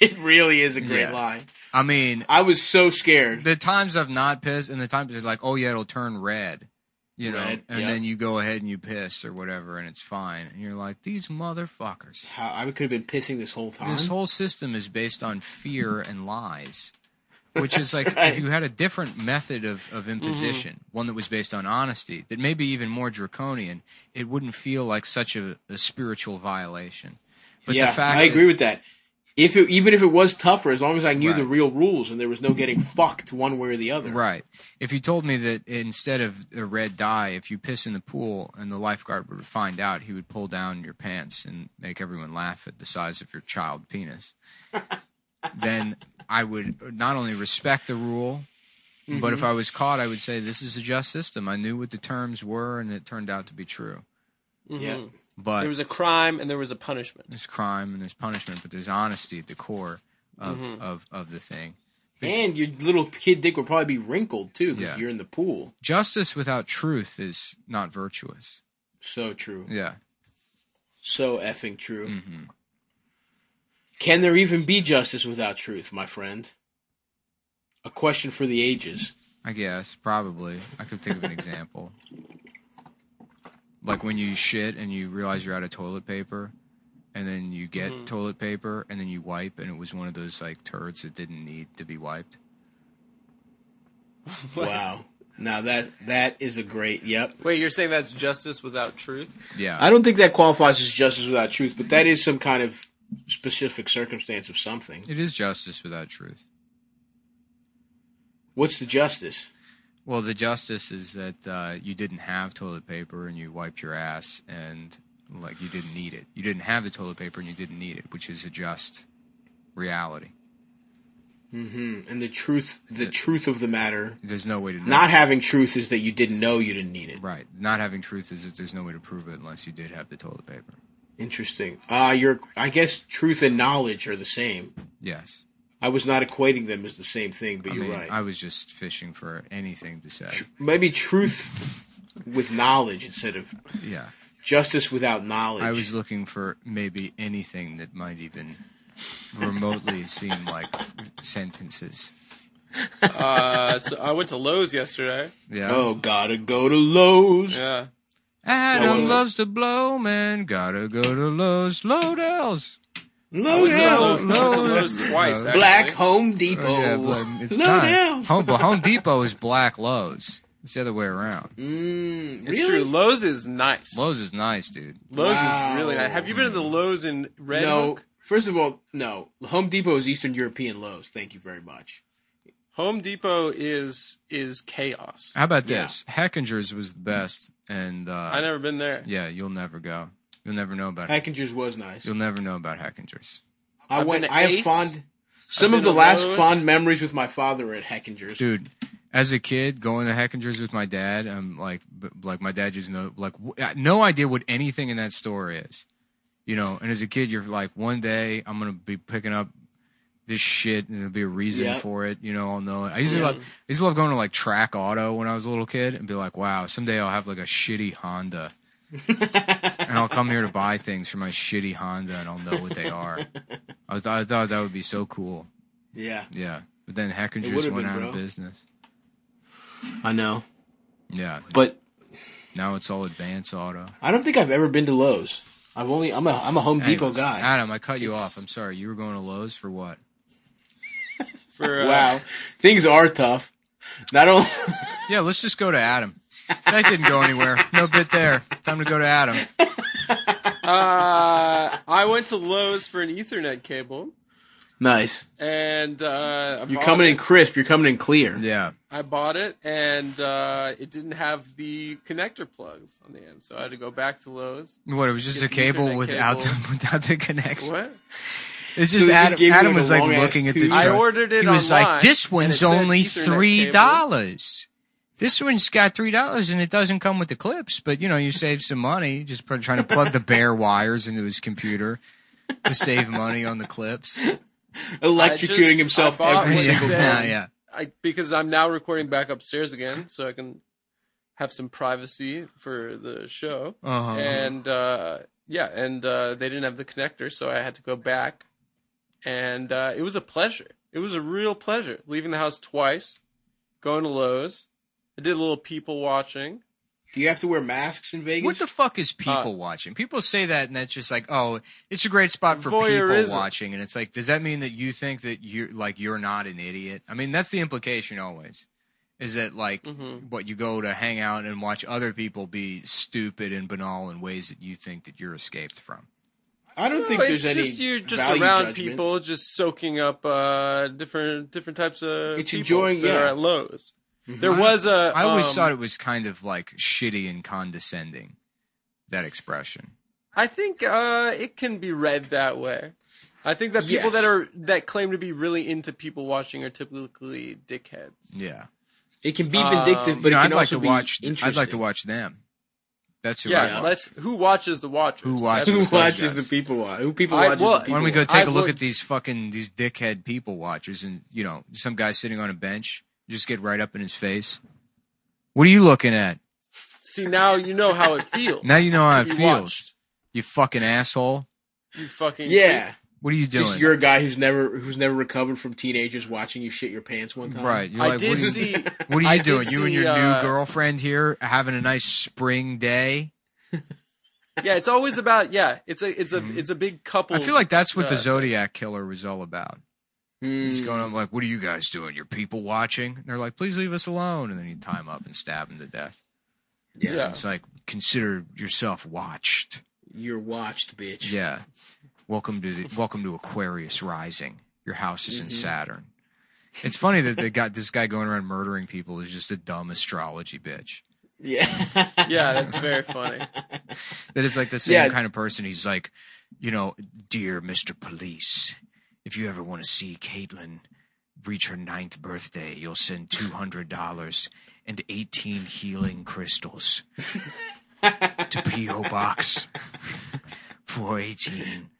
It really is a great
Yeah.
line.
I mean,
I was so scared.
the times I've not pissed, and the times they're like, oh yeah, it'll turn red, you know,
Red,
and
yeah.
then you go ahead and you piss or whatever, and it's fine, and you're like, these motherfuckers.
How I could have been pissing this whole time.
This whole system is based on fear and lies, which is like
Mm-hmm. right. Mm-hmm.
if you had a different method of, of imposition, one that was based on honesty, that may be even more draconian, it wouldn't feel like such a, a spiritual violation. But
yeah,
the fact
I
that-
agree with that. If it, even if it was tougher, as long as I knew the
Right.
real rules and there was no getting fucked one way or the other.
Right. If you told me that instead of a red dye, if you piss in the pool and the lifeguard were to find out, he would pull down your pants and make everyone laugh at the size of your child penis, then I would not only respect the rule, but if I was caught, I would say, This is a just system. I knew what the terms were and it turned out to be true.
Yeah.
But
there was a crime and there was a punishment.
there's crime and there's punishment, but there's honesty at the core of, of, of the thing.
And your little kid dick would probably be wrinkled too because
Yeah.
you're in the pool.
Justice without truth is not virtuous.
So true.
Yeah. Mm-hmm.
So effing true. Can there even be justice without truth, my friend? A question for the ages.
I guess probably. I could think of an example. Like when you shit and you realize you're out of toilet paper, and then you get toilet paper and then you wipe, and it was one of those like turds that didn't need to be wiped.
Wow. Now that that is a great. Yep.
Wait, you're saying that's justice without truth?
Yeah,
I don't think that qualifies as justice without truth, but that is some kind of specific circumstance of something.
it is justice without truth.
What's the justice?
Well, the justice is that uh, you didn't have toilet paper and you wiped your ass, and like you didn't need it. You didn't have the toilet paper and you didn't need it, which is a just reality.
And the truth, the truth of the matter,
There's no way to know.
not having truth is that you didn't know you didn't need it.
Right. Not having truth is that there's no way to prove it unless you did have the toilet paper.
Interesting. Uh, your, I guess truth and knowledge are the same.
Yes.
I was not equating them as the same thing, but
I
you're
mean,
right.
I was just fishing for anything to say.
Maybe truth with knowledge instead of
Yeah.
justice without knowledge.
I was looking for maybe anything that might even remotely seem like sentences.
Uh, so I went to Lowe's yesterday.
Yeah.
Oh, gotta go to Lowe's.
Yeah.
Adam
Lowe's.
loves to blow, man. Gotta go to Lowe's. Lowdell's.
I
Lowe's.
went to
yeah,
Lowe's, I went to
Lowe's.
Lowe's twice. Actually.
Black Home Depot.
Oh, yeah, but it's not.
Lowe's.
Home, but Home Depot is black Lowe's. It's the other way around.
Mm,
It's
really?
true. Lowe's is nice. Lowe's,
Lowe's is nice, dude.
is really nice. Have you been to the Lowe's in Red
no.
Hook?
First of all, no. Home Depot is Eastern European Lowe's. Thank you very much.
Home Depot is is chaos.
How about
Yeah.
this? Heckinger's was the best, and uh,
I never been there.
yeah, you'll never go. You'll never know about.
Hackinger's was nice.
You'll never know about Heckinger's.
I
I've
went.
been to
I have
Ace.
fond. Some
been
of the
to
last
Lowe's.
fond memories with my father at Heckinger's.
dude as a kid going to heckinger's with my dad i'm like b- like my dad just no like w- uh, no idea what anything in that store is you know and as a kid you're like one day i'm gonna be picking up this shit and there'll be a reason
Yeah.
for it you know i'll know it i used to love i used to love going to like track auto when i was a little kid and be like wow someday i'll have like a shitty honda and i'll come here to buy things for my shitty honda and i'll know what they are i, was, I thought that would be so cool
Yeah,
yeah but then heckinger's
would've
went
been,
out
bro.
of business
I know.
yeah,
But
now it's all Advance Auto.
I don't think I've ever been to Lowe's. I've only. I'm a. I'm a Home Depot
Anyways,
guy.
Adam, I cut you off. I'm sorry. You were going to Lowe's for what?
For uh,
Wow, things are tough. Not only.
Yeah, let's just go to Adam. That didn't go anywhere. No bit there. Time to go to Adam.
Uh, I went to Lowe's for an Ethernet cable,
nice.
and uh, I
You're
bought
coming
it.
in crisp. You're coming in clear.
Yeah.
I bought it, and uh, it didn't have the connector plugs on the end, so I had to go back to Lowe's.
What? It was just
Get
a
the
cable
Ethernet
without
cable.
the, without the connection.
What?
It's just
So they just
Adam.
gave you,
Adam
like,
was
a
like
long-ass
looking at the.
tube?
truck.
I ordered it
He was
online.
like, "This
and
one's
it said
only
Ethernet cable."
three dollars. This one's got three dollars, and it doesn't come with the clips. But you know, you save some money just pr- trying to plug the bare wires into his computer to save money on the clips."
I just-
Electrocuting himself
I bought
every
what it
Yeah,
single
said.
time.
yeah.
I, because I'm now recording back upstairs again, so I can have some privacy for the show.
Uh-huh.
And uh, yeah, and uh, they didn't have the connector, so I had to go back. And uh, it was a pleasure. It was a real pleasure leaving the house twice, going to Lowe's. I did a little people watching.
Do you have to wear masks in Vegas?
What the fuck is people watching? People say that, and that's just like, oh, it's a great spot for
Voyeurism.
people watching, and it's like, does that mean that you think that you're like you're not an idiot? I mean, that's the implication always, is that like what you go to hang out and watch other people be stupid and banal in ways that you think that you're escaped from.
I don't think
No,
there's
it's
any
just you're just
value
around
judgment.
people, just soaking up uh, different different types of
It's
people
enjoying-
that are
yeah. Mm-hmm.
at Lowe's. There was a
I always
um,
thought it was kind of like shitty and condescending, that expression.
I think uh, it can be read that way. I think that people
Yes.
that are that claim to be really into people watching are typically dickheads.
Yeah,
It can be
Um,
vindictive, but
Uh, You know,
it
I'd
can
like
also
to
be
watch. I'd like to
interesting.
watch them. That's who
Yeah,
I want.
let's who watches the watchers.
Who
That's
watches
what-
Who
Who
watches
watches
the
the people watch? Who people
I-
watches?
well,
the
Why
people
don't we go
watch.
take a
I
look
would-
at these fucking these dickhead people watchers and you know some guy sitting on a bench just get right up in his face. What are you looking at?
See now you know how it feels.
Now you know how it
to be
feels.
watched.
You fucking asshole!
You fucking
Yeah,
What are you doing?
just you're a guy who's never who's never recovered from teenagers watching you shit your pants one time.
right. You're
I
like,
did
what are you,
see.
what are you
I did
doing? You and
see,
your
uh,
new girlfriend here having a nice spring day.
Yeah, it's always about yeah. It's a it's a it's a big couple.
Mm-hmm. I feel like that's what the
uh,
Zodiac killer was all about. He's
Mm.
going up like, "What are you guys doing? You're people watching." And they're like, "Please leave us alone!" And then you tie him up and stab him to death.
Yeah.
It's like consider yourself watched.
You're watched, bitch.
Yeah. Welcome to the, welcome to Aquarius rising. Your house is in Saturn. It's funny that they got this guy going around murdering people is just a dumb astrology bitch.
Yeah.
Yeah, that's very funny.
That it's like the same
Yeah.
kind of person. He's like, you know, dear Mr. Police, if you ever want to see Caitlin reach her ninth birthday, you'll send two hundred dollars and eighteen healing crystals to P.O. Box four eighteen.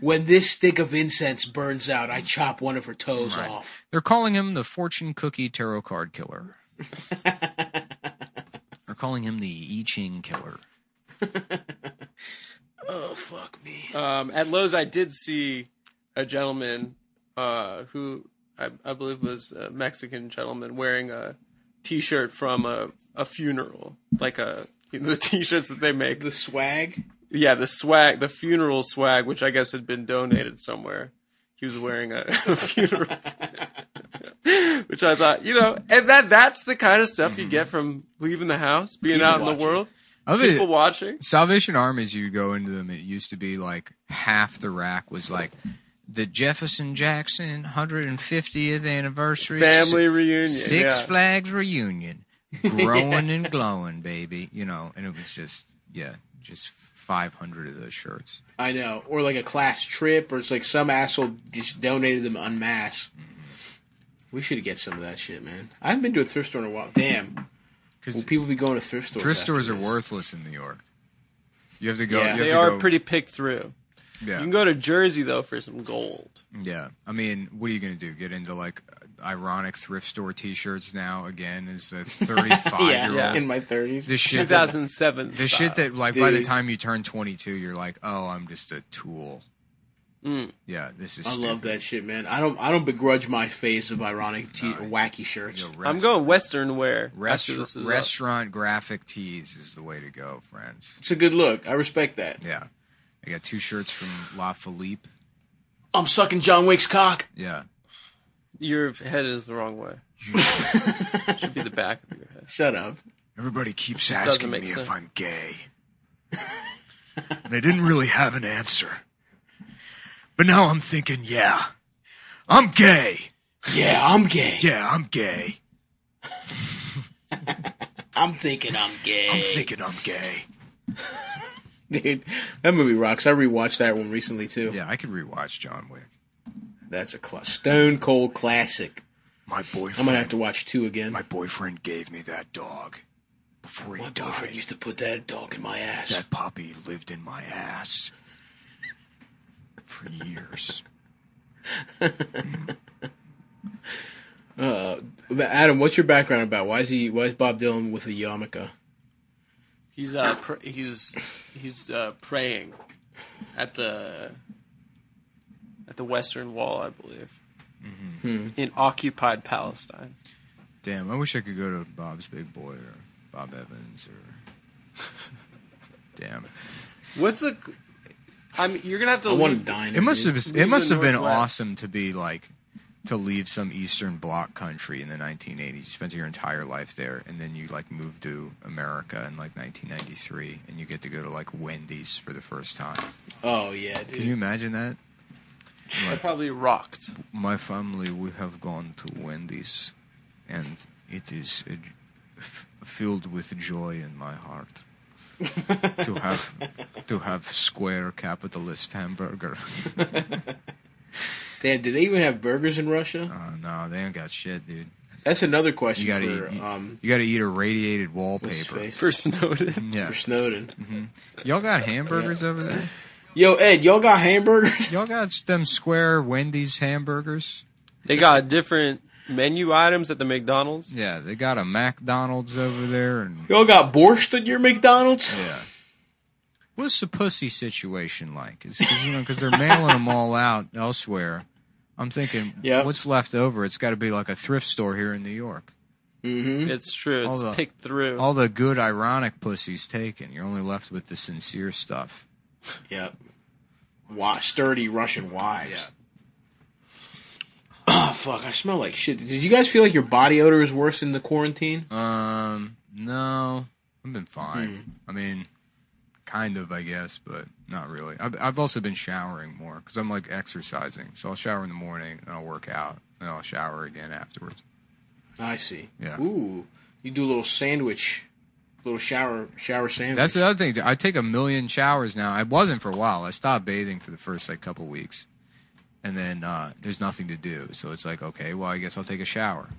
when this stick of incense burns out, I chop one of her toes
Right.
off.
They're calling him the fortune cookie tarot card killer. They're calling him the I Ching killer.
Oh fuck me.
Um, at Lowe's, I did see a gentleman uh, who I, I believe was a Mexican gentleman wearing a T-shirt from a a funeral, like a you know, the T-shirts that they make.
The swag.
Yeah, the swag, the funeral swag, which I guess had been donated somewhere. He was wearing a, a funeral, which I thought, you know, and that that's the kind of stuff you get from leaving the house, being
People
out in the
watching.
world,
I mean,
people watching.
Salvation Armies, you go into them, it used to be like half the rack was like the Jefferson Jackson 150th anniversary
Family reunion.
Six
yeah.
Flags reunion, growing and glowing, baby. You know, and it was just yeah, just 500 of those shirts.
I know, or like a class trip, or it's like some asshole just donated them en masse. We should get some of that shit, man. I haven't been to a thrift store in a while. Damn, will
Because
people be going to thrift stores?
thrift
after
stores are
this?
worthless in New York. You have to go.
Yeah.
you have
They
to
are
go-
pretty picked through.
Yeah,
You can go to Jersey though for some gold.
yeah. I mean, what are you gonna do? Get into like ironic thrift store T-shirts now again as a 35
Yeah,
year old.
in my thirties.
The shit that
2007.
the shit that like by the
Dude.
time you turn 22 you're like oh i'm just a tool yeah this is
Mm. I love
stupid.
that shit, man. I don't. I don't begrudge my phase of ironic, te- wacky shirts.
You know,
I'm
rest-
going Western wear.
rest-
after this is up.
restaurant graphic tees is the way to go friends
It's a good look. I respect that.
yeah i got two shirts from la philippe
I'm sucking John Wick's cock.
yeah
Your head is the wrong way. it should be the back of your head.
Shut up.
everybody keeps
doesn't
asking
make
me
sense.
if I'm gay. and I didn't really have an answer. But now I'm thinking, yeah, I'm gay.
Yeah, I'm gay.
Yeah, I'm gay.
I'm thinking I'm gay.
I'm thinking I'm gay.
Dude, that movie rocks. I rewatched that one recently too.
yeah i could rewatch john wick
That's a cla stone cold classic.
My
I'm
boyfriend,
gonna have to watch two again.
my boyfriend gave me that dog before he died.
used to put that dog in my ass.
That puppy lived in my ass for years.
But Adam, what's your background about? Why is he? Why is Bob Dylan with a yarmulke?
He's uh pr- he's he's uh praying at the at the Western Wall, I believe,
Mm-hmm.
in occupied Palestine.
damn i wish i could go to bob's big boy or bob evans or damn
What's the? I mean, you're gonna have to.
I want to
leave-
dine.
it must have
Leave
it must
the
have been
Northwest.
awesome to be like to leave some eastern bloc country in the 1980s you spent your entire life there and then you like move to america in like 1993 and you get to go to like wendy's for the first time
Oh yeah, dude.
can you imagine that
I probably rocked.
my family we have gone to wendy's and it is a j- f- filled with joy in my heart to have to have square capitalist hamburger
Damn, do they even have burgers in Russia?
uh, no they ain't got shit dude
That's another question
Oh. You gotta
for
eat. You,
um
you gotta eat irradiated
what's his
wallpaper.
face?
for Snowden.
Yeah,
for Snowden.
y'all got hamburgers over there.
Yo, Ed, y'all got hamburgers?
Y'all got them square Wendy's hamburgers.
They got different menu items at the McDonald's.
Yeah, they got a McDonald's over there, and
y'all got borscht at your McDonald's?
yeah. What's the pussy situation like? Is cause, you know because they're mailing them all out elsewhere. I'm thinking,
Yep.
what's left over? It's got to be like a thrift store here in New York.
It's true. It's
Hold on.
picked through.
All the good ironic pussy's taken. You're only left with the sincere stuff.
Yep. Wa sturdy Russian wives. Oh fuck! I smell like shit. Did you guys feel like your body odor is worse in the quarantine?
Um, no, I've been fine. I mean, kind of, I guess, but not really. I've, I've also been showering more because I'm like exercising. So I'll shower in the morning and I'll work out and I'll shower again afterwards.
I see.
Yeah.
Ooh, you do a little sandwich, little shower, shower sandwich.
That's the other thing. I take a million showers now. I wasn't for a while. I stopped bathing for the first like couple weeks, and then uh, there's nothing to do. So it's like, okay, well, I guess I'll take a shower.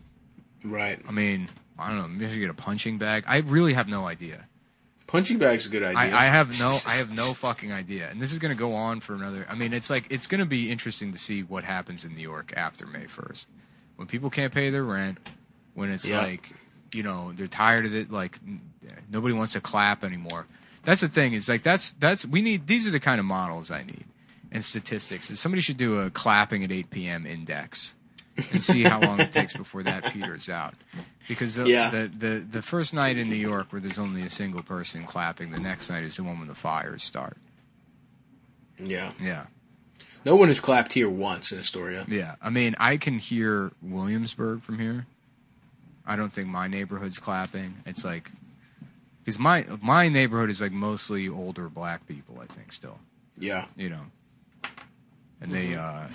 right.
I mean, I don't know. Maybe I should get a punching bag. I really have no idea.
Punching bag's a good idea.
I, I have no I have no fucking idea. And this is gonna go on for another I mean it's like it's gonna be interesting to see what happens in New York after May first. When people can't pay their rent, when it's
Yeah.
like you know, they're tired of it, like n- nobody wants to clap anymore. That's the thing, is like that's that's we need these are the kind of models I need and statistics. And somebody should do a clapping at eight PM index. and see how long it takes before that peters out. Because the,
Yeah.
the, the, the first night in New York where there's only a single person clapping, the next night is the one when the fires start.
Yeah.
Yeah.
No one has clapped here once in Astoria.
Yeah. I mean, I can hear Williamsburg from here. I don't think my neighborhood's clapping. It's like, because my, my neighborhood is like mostly older black people, I think, still,
Yeah.
you know. And they, uh,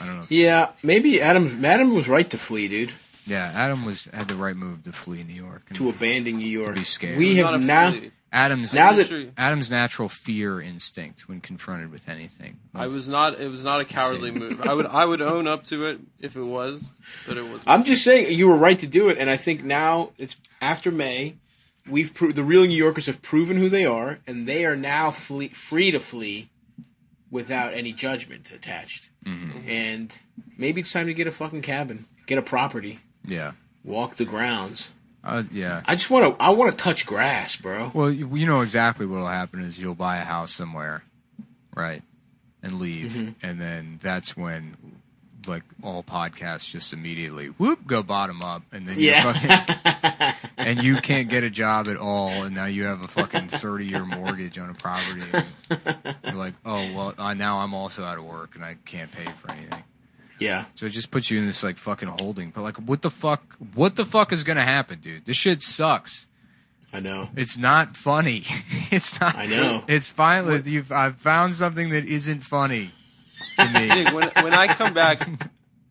I don't know.
Yeah. Maybe Adam Adam was right to flee, dude.
Yeah, Adam was had the right move to flee New York. And
To abandon New York.
To be scared.
We
Not
have
a
now
flea.
Adam's
Now
I'm
that-
sure-
Adam's natural fear instinct when confronted with anything.
I was not. It was not a cowardly move. I would. I would own up to it if it was, but it was. not
I'm just saying you were right to do it, and I think now it's after May. We've pro- the real New Yorkers have proven who they are, and they are now flee- free to flee without any judgment attached.
Mm-hmm.
And maybe it's time to get a fucking cabin, get a property,
yeah,
walk the grounds.
uh, yeah.
I just want to I want to touch grass, bro.
Well, you, you know exactly what will happen is you'll buy a house somewhere, right, and leave, and then that's when, like all podcasts, just immediately whoop go bottom up, and then
Yeah.
you fucking, and you can't get a job at all, and now you have a fucking thirty year mortgage on a property. and you're like, oh well, I, now I'm also out of work and I can't pay for anything.
Yeah.
So it just puts you in this like fucking holding. But like, what the fuck? What the fuck is gonna happen, dude? This shit sucks.
I know.
It's not funny. it's not.
I know.
It's finally you've I've found something that isn't funny to me.
Nick, when when I come back,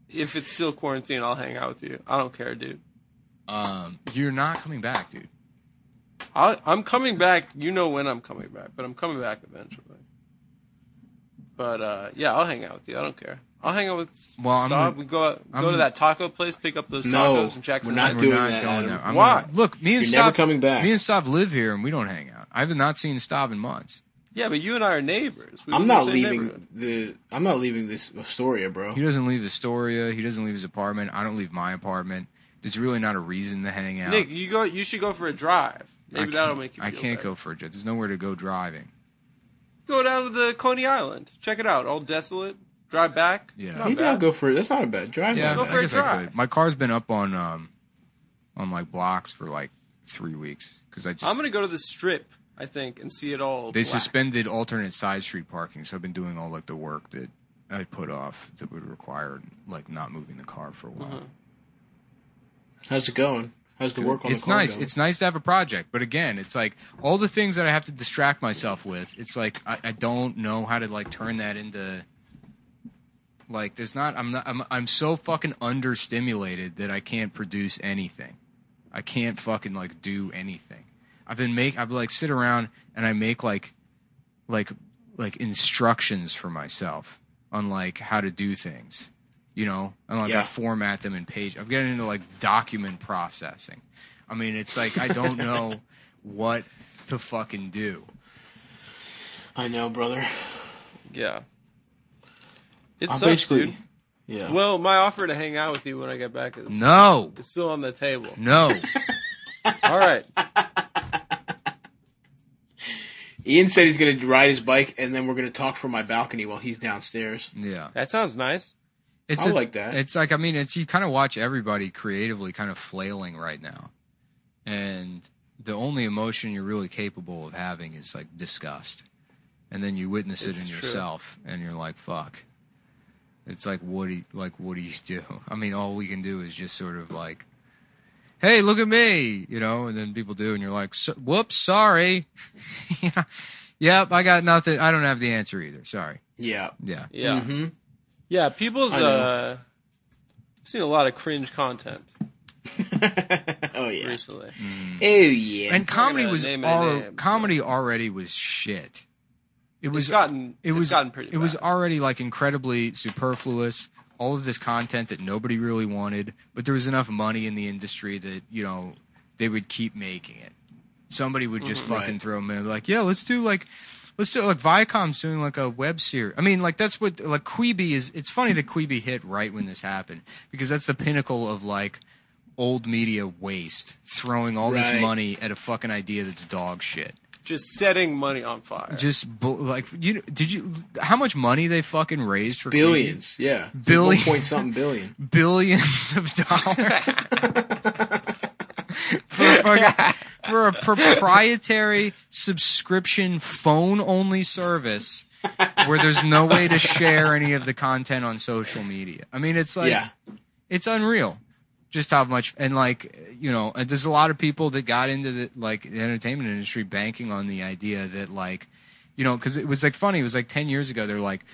if it's still quarantine, I'll hang out with you. I don't care, dude.
um, you're not coming back, dude.
I, I'm coming back. You know when I'm coming back, but I'm coming back eventually. But uh, yeah, I'll hang out with you. I don't care. I'll hang out with
Well, I'm
Saab.
gonna-
we go out, go
I'm-
to that taco place, pick up those tacos
No,
and Jackson.
we're not
Heights.
doing
We're not
that,
going
Adam.
there. I'm
Why?
gonna- look, me and
You're never
Staub-
coming back.
Me and Staub live here, and we don't hang out. I have not seen Staub in months.
yeah, but you and I are neighbors. We live
I'm
in the
not
same
leaving
neighborhood.
the I'm not leaving this Astoria, bro.
He doesn't leave Astoria. He doesn't leave his apartment. I don't leave my apartment. There's really not a reason to hang out.
Nick, you go. You should go for a drive.
I
Maybe that'll
can't-
make you.
I
feel
can't
better.
go for a drive. There's nowhere to go driving.
Go down to the Coney Island. Check it out. All desolate. Drive back.
Yeah.
Not
Maybe
bad.
I'll go for That's not a bad drive.
Yeah,
Go
I
for a
guess I
drive.
could. My car's been up on um on like blocks for like three weeks because I just
I'm gonna go to the Strip. I think and see it all.
they
black.
suspended alternate side street parking, so I've been doing all like the work that I put off that would require like not moving the car for a while.
How's it going? How's the Mm-hmm. work on
it's
the car
nice.
going?
It's nice to have a project, but again, it's like all the things that I have to distract myself with. It's like I, I don't know how to like turn that into. Like there's not. I'm not. I'm. I'm so fucking understimulated that I can't produce anything. I can't fucking like do anything. I've been make. I've like sit around and I make like, like, like instructions for myself on like how to do things. You know, and like
Yeah.
I format them in page. I'm getting into like document processing. I mean, it's like I don't know what to fucking do.
I know, brother.
Yeah. It
I'm
sucks,
basically-
dude.
Yeah.
Well, my offer to hang out with you when I get back is
No,
is still on the table.
no.
All right.
Ian said he's going to ride his bike, and then we're going to talk from my balcony while he's downstairs.
Yeah.
That sounds nice.
It's
I
a-
like that.
It's like I mean, it's you kind of watch everybody creatively kind of flailing right now, and the only emotion you're really capable of having is like disgust, and then you witness it
It's
in
true.
yourself, and you're like, "Fuck." It's like what do you, like what do you do? I mean, all we can do is just sort of like, "Hey, look at me," you know, and then people do, and you're like, "So- "Whoops, sorry." yeah. Yep, I got nothing. I don't have the answer either. Sorry.
Yeah.
Yeah.
Yeah. Yeah, people's
Mm-hmm. I know.
uh I've seen a lot of cringe content
Oh yeah.
recently.
Mm.
Oh yeah.
and comedy
gonna
was
uh, name any
al-
names,
comedy already was shit. It was
It's gotten
it was
gotten pretty
It was
bad.
already like incredibly superfluous. All of this content that nobody really wanted, but there was enough money in the industry that you know they would keep making it. Somebody would just
Mm-hmm.
fucking
Right.
throw them in, like, yeah, let's do like. Let's do like Viacom's doing like a web series. I mean, like that's what like Queeby is. It's funny that Queeby hit right when this happened because that's the pinnacle of like old media waste, throwing all this
Right.
money at a fucking idea that's dog shit.
just setting money on fire.
Just bl- like you, did you? How much money they fucking raised for Queen?
Billions, yeah, It's like
Billion-
one point something billion.
billions of dollars for, a fucking- for a proprietary subscription phone only service where there's no way to share any of the content on social media. I mean, it's like
yeah,
it's unreal just how much and like you know and there's a lot of people that got into the like the entertainment industry banking on the idea that like you know because it was like funny it was like 10 years ago they're like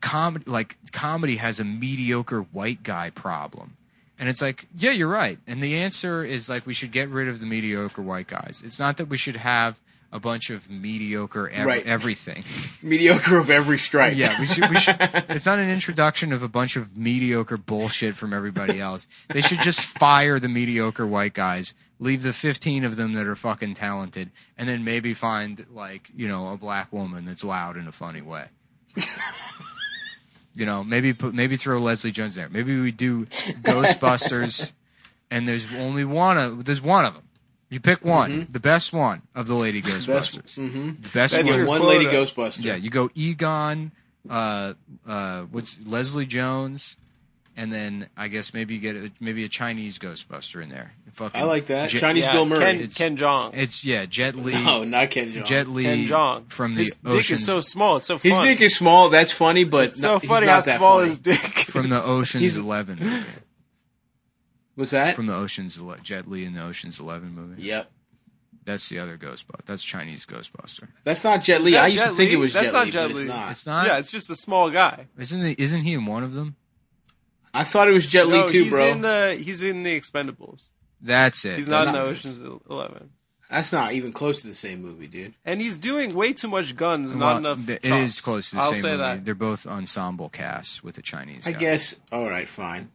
comedy like comedy has a mediocre white guy problem and it's like yeah you're right and the answer is like we should get rid of the mediocre white guys it's not that we should have a bunch of mediocre ev-
Right.
everything
mediocre of every stripe.
yeah, we should, we should. It's not an introduction of a bunch of mediocre bullshit from everybody else. They should just fire the mediocre white guys, leave the 15 of them that are fucking talented, and then maybe find, like, you know, a black woman that's loud in a funny way. you know, maybe put, maybe throw Leslie Jones there. Maybe we do Ghostbusters, and there's only one of there's one of them. You pick one, the best one of the lady Ghostbusters. The best
That's
one.
your
one lady
quota.
Ghostbuster.
Yeah, you go Egon, uh, uh, what's Leslie Jones, and then I guess maybe you get a, maybe a Chinese Ghostbuster in there. Fucking
I like that.
Jet-
Chinese
Yeah,
Bill Murray.
Ken,
It's-
Ken Jong.
It's yeah, Jet Li.
no, Oh, not Ken Jeong.
Jet Li
Oh, Ken Jong.
from the
his dick
oceans
is so small. It's so funny.
His dick is small. That's funny, but
It's
no-
so
he's
funny
not
how
that
small
funny.
his dick.
from
is.
the Ocean's
He's-
Eleven. Movie.
What's that?
From the Ocean's Ele- Jet Li in the Ocean's Eleven movie.
yep.
That's the other Ghostbuster. That's Chinese Ghostbuster.
That's not Jet Li.
that
I used
Jet
to think
Li?
it was
That's
Jet
not
Li,
Jet
but
Li.
it's not.
It's not.
Uh, yeah, it's just a small guy.
Isn't he, isn't he in one of them?
I thought it was Jet
No,
Li too,
he's
bro.
in the he's in the Expendables.
That's it.
He's not in
That's
the
it.
Ocean's Eleven,
That's not even close to the same movie, dude.
and he's doing way too much guns,
Well,
not enough.
th- It
chops.
is close to the
I'll
same
say
movie.
that.
They're both ensemble casts with a Chinese.
I
guy.
guess. All right, fine.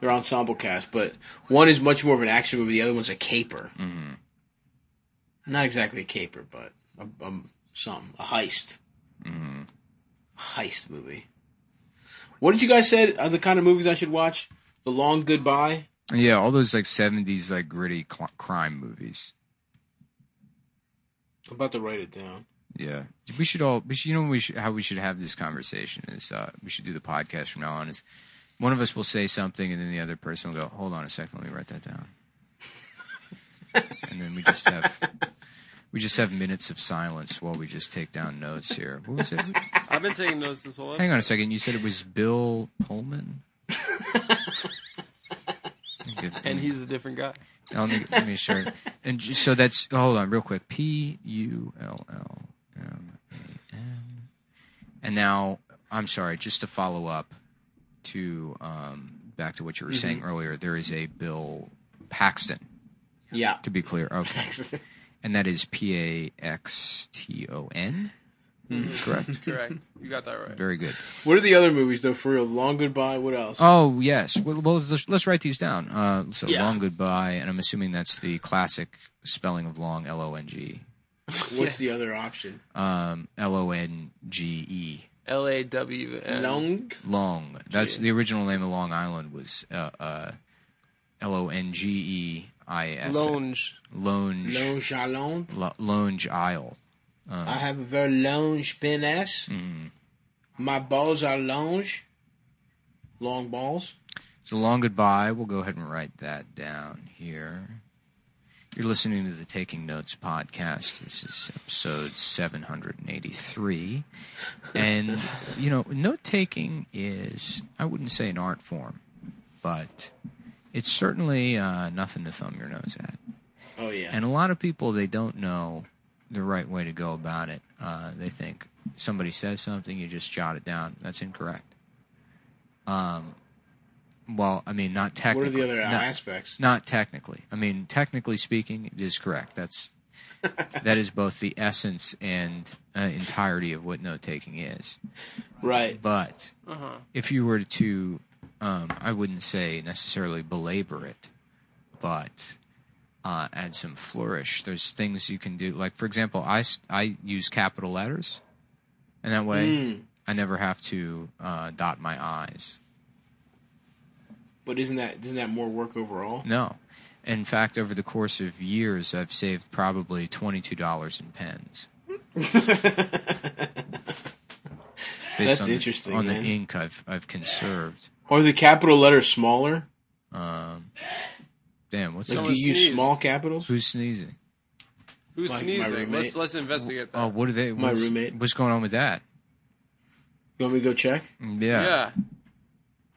They're ensemble cast, but one is much more of an action movie. The other one's a caper. Mm-hmm. Not exactly a caper, but a, a, something a heist. Mm-hmm. Heist movie. What did you guys say are the kind of movies I should watch? The Long Goodbye.
Yeah, all those like seventies like gritty cl- crime movies.
I'm about to write it down.
Yeah, we should all. We should, you know, we should, how we should have this conversation is uh, we should do the podcast from now on. Is one of us will say something and then the other person will go, "Hold on a second, let me write that down," and then we just have we just have minutes of silence while we just take down notes here. What was it?
I've been taking notes this whole.
Hang
Episode.
on a second. You said it was Bill Pullman. Good.
And he's a different guy.
Let me, let me share. it. And j- so that's hold on real quick. P U L L M A N. And now I'm sorry. Just to follow up to um, back to what you were saying earlier, there is a Bill Paxton.
Yeah.
To be clear, okay. and that is P A X T O N. Correct.
Correct. You got that right.
Very good.
What are the other movies though? For real, Long Goodbye. What else?
Oh yes. Well, well let's, let's write these down. Uh, so
Yeah.
long goodbye, and I'm assuming that's the classic spelling of long. L O N G.
What's the other option?
um, L O N G E.
L A W N.
Long.
Long. That's the original name of Long Island was uh, uh, L O N G E I S.
Longe.
Longe.
Long Jalon.
Lo- Longe Isle.
I have a very long spin ass. My balls are long. Long balls.
So long goodbye. We'll go ahead and write that down here. You're listening to the Taking Notes podcast. This is episode 783. And, you know, note taking is, I wouldn't say an art form, but it's certainly uh, nothing to thumb your nose at.
Oh yeah.
And a lot of people, they don't know the right way to go about it. Uh, they think somebody says something, you just jot it down. That's incorrect. Um, well, I mean, not
what are
technically.
the other
not,
aspects?
Not technically. I mean, technically speaking, it is correct. That's that is both the essence and uh, entirety of what note taking is.
Right.
But
Uh-huh.
if you were to, um, I wouldn't say necessarily belabor it, but uh, add some flourish. There's things you can do. Like, for example, I, s- I use capital letters, and that way
Mm.
I never have to uh, dot my I's.
But isn't that isn't that more work overall?
No. In fact, over the course of years, I've saved probably $22 in pens. Based
That's
on the-
interesting,
On
man.
the ink I've, I've conserved.
Are the capital letters smaller?
Um, damn, what's
Like,
up?
do
Someone
you use
sneezed.
small capitals?
Who's sneezing?
Who's
My- my
sneezing?
roommate.
let's let's investigate that.
Oh, what are they?
My
what's-
roommate.
What's going on with that?
You want me to go check?
Yeah.
yeah.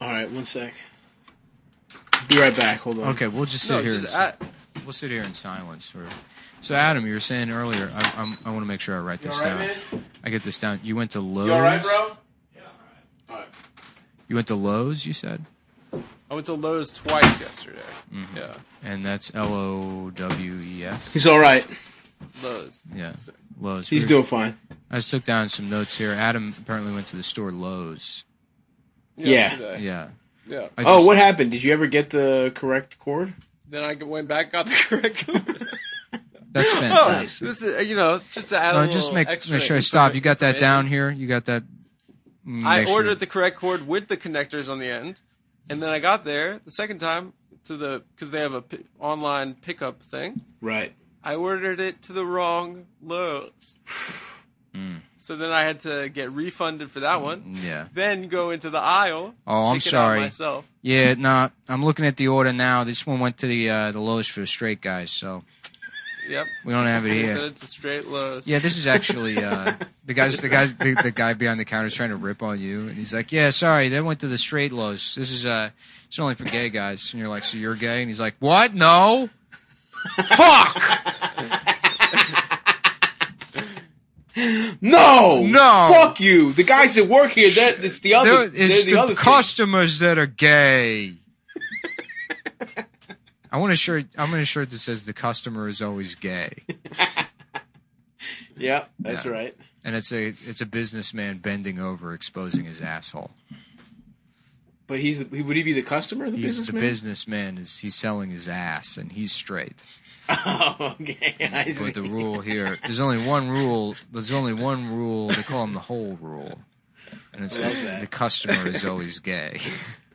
All right, one sec. Be right back. Hold on.
Okay, we'll just sit
No,
here.
just
and,
at,
we'll sit here in silence. For, so, Adam, you were saying earlier. I, I'm, I want to make sure I write
You
this
all right,
down.
man?
I get this down. You went to Lowe's.
You all right, bro?
You went to Lowe's. You said,
I went to Lowe's twice yesterday.
Mm-hmm.
Yeah,
and that's L O W E S.
He's all right.
Lowe's.
Yeah, Lowe's.
He's
We-
doing fine.
I just took down some notes here. Adam apparently went to the store Lowe's.
Yeah.
yesterday.
Yeah.
yeah.
I
Oh,
just-
what happened? Did you ever get the correct chord?
Then I went back, got the correct.
That's
oh,
fantastic.
this is you know just to add
No,
a
just
little
make,
extra
make sure I stop. You got that
information.
down here. You got that.
I
Make sure-
ordered the correct cord with the connectors on the end, and then I got there the second time to the because they have a p- online pickup thing.
Right.
I ordered it to the wrong Lowe's,
Hmm.
so then I had to get refunded for that one.
Yeah.
Then go into the aisle.
Mm. Oh, I'm
pick it out
sorry.
myself.
Yeah, no, I'm looking at the order now. This one went to the uh, the lowest for the straight guys, so
Yep.
we don't have it
They said
here.
it's a straight Lowe's.
Yeah, this is actually uh, the guys. The guys. The, the guy behind the counter is trying to rip on you, and he's like, "Yeah, sorry, that went to the straight lows. This is uh, it's only for gay guys." And you're like, "So you're gay?" And he's like, "What? No, fuck,
No,
No!
Fuck you. The guys that work here, they're, it's the
There-
other.
it's
It's the,
the,
other cost.
customers that are gay." I want a shirt. I'm in a shirt that says "The customer is always gay."
Yeah, that's
Yeah.
right.
and it's a it's a businessman bending over exposing his asshole.
But he's the, he- would he be the customer? The
He's the
businessman?
businessman is he's selling his ass and he's straight.
Oh, okay. I see.
But the rule here, there's only one rule. There's only one rule. They call him the whole rule, and it's
Love
like
that.
the customer is always gay.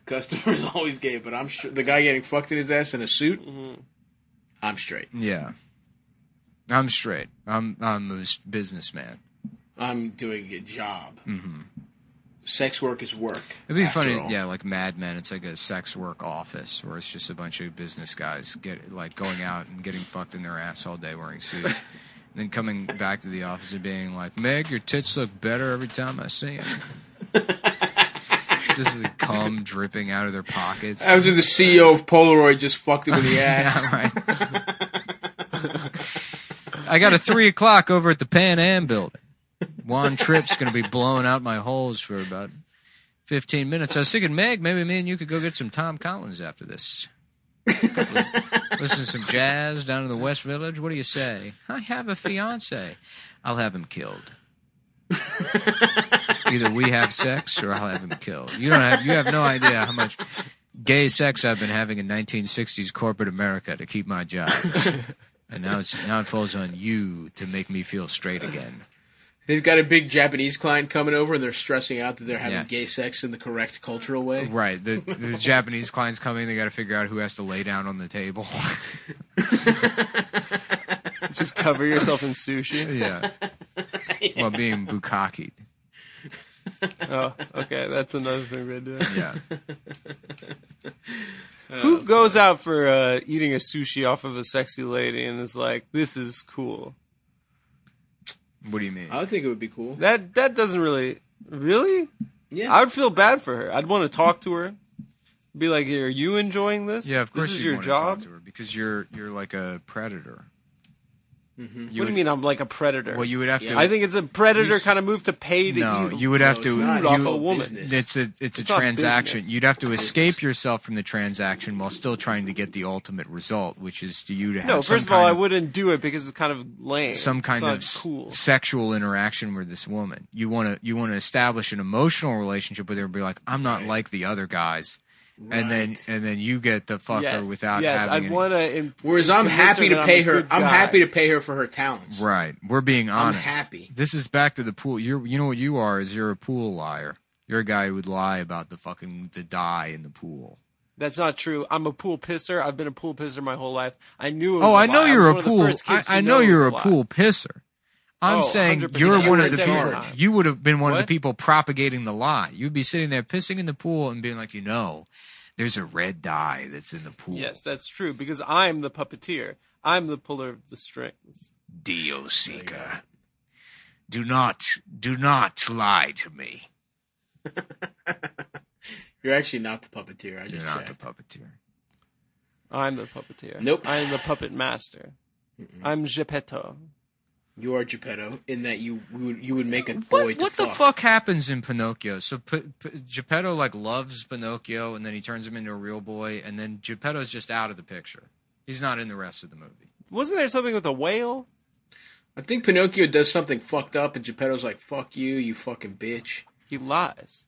Customer's always gay, but I'm sure the guy getting fucked in his ass in a suit. I'm straight.
yeah, I'm straight. I'm I'm a s- businessman.
I'm doing a job. Sex work is work.
Mm-hmm. It'd be
after
funny,
all.
yeah, like Mad Men. It's like a sex work office where it's just a bunch of business guys get like going out and getting fucked in their ass all day wearing suits, and then coming back to the office and being like, "Meg, your tits look better every time I see them." just the cum dripping out of their pockets.
After the CEO of Polaroid just fucked him in the ass.
Yeah, right. I got a three o'clock over at the Pan Am building. Juan Tripp's going to be blowing out my holes for about 15 minutes. I was thinking, Meg, maybe me and you could go get some Tom Collins after this. Listen to some jazz down in the West Village. What do you say? I have a fiance. I'll have him killed. Either we have sex or I'll have him killed. You don't have you have no idea how much gay sex I've been having in 1960s corporate America to keep my job. and now it's now it falls on you to make me feel straight again.
They've got a big Japanese client coming over, and they're stressing out that they're having
Yeah.
gay sex in the correct cultural way.
Right. The, the Japanese clients coming, they got to figure out who has to lay down on the table.
Just cover yourself in sushi.
yeah. While being bukkake.
Oh, okay, that's another thing we're doing.
Yeah.
Who goes out for uh, eating a sushi off of a sexy lady and is like, "This is cool"?
What do you
Uh,
mean?
I would think it would be cool.
That that doesn't really, really.
Yeah,
I would feel bad for her. I'd want to talk to her, be like, "Are you enjoying this?
Yeah, of course
This is
you'd
your
want to talk
job."
to her because you're you're like a predator.
what do you mean? I'm like a predator?
Well, you would have to
I think it's a predator kind of move to pay to
No,
eat.
you would have
No,
to
it's not.
you-
Off a woman.
Business.
It's a it's a
It's not
transaction.
business.
You'd have to escape yourself from the transaction while still trying to get the ultimate result, which is to you to have
no,
some
first of all,
kind
I wouldn't do it because it's kind of lame.
some kind
it's not
of s-
cool.
sexual interaction with this woman. You want to you want to establish an emotional relationship with her. and Be like, I'm not like the other guys, and then
Right.
and then you get to fuck
yes,
her without
yes,
having.
I'd
any-
want to.
Whereas I'm happy to pay her. I'm happy to pay her for her talents.
Right, we're being honest.
happy.
This is back to the pool. You're you know what you are is you're a pool liar. You're a guy who would lie about the fucking the die in the pool.
That's not true. I'm a pool pisser. I've been a pool pisser my whole life. I knew. It was
Oh,
I
I know
lie.
you're
was one
a
of the
pool.
first
I,
kids to
I know
it
you're a
was lie.
pool pisser. I'm
Oh,
saying
100%.
you're
You
one
were
of the
every
people.
time.
You would have been one of
What?
the people propagating the lie. You'd be sitting there pissing in the pool and being like, you know, there's a red dye that's in the pool.
Yes, that's true because I'm the puppeteer. I'm the puller of the strings.
Dio seeker. Do not, do not lie to me.
You're actually not the puppeteer. I
You're
just
not
checked.
the puppeteer.
I'm the puppeteer.
Nope.
I'm the puppet master. I'm Geppetto.
you are Geppetto in that you you would, you would make a boy.
What,
to
what the fuck happens in Pinocchio? So P- P- Geppetto like loves Pinocchio, and then he turns him into a real boy, and then Geppetto's just out of the picture. He's not in the rest of the movie.
Wasn't there something with a whale?
I think Pinocchio does something fucked up, and Geppetto's like, "Fuck you, you fucking bitch."
He lies.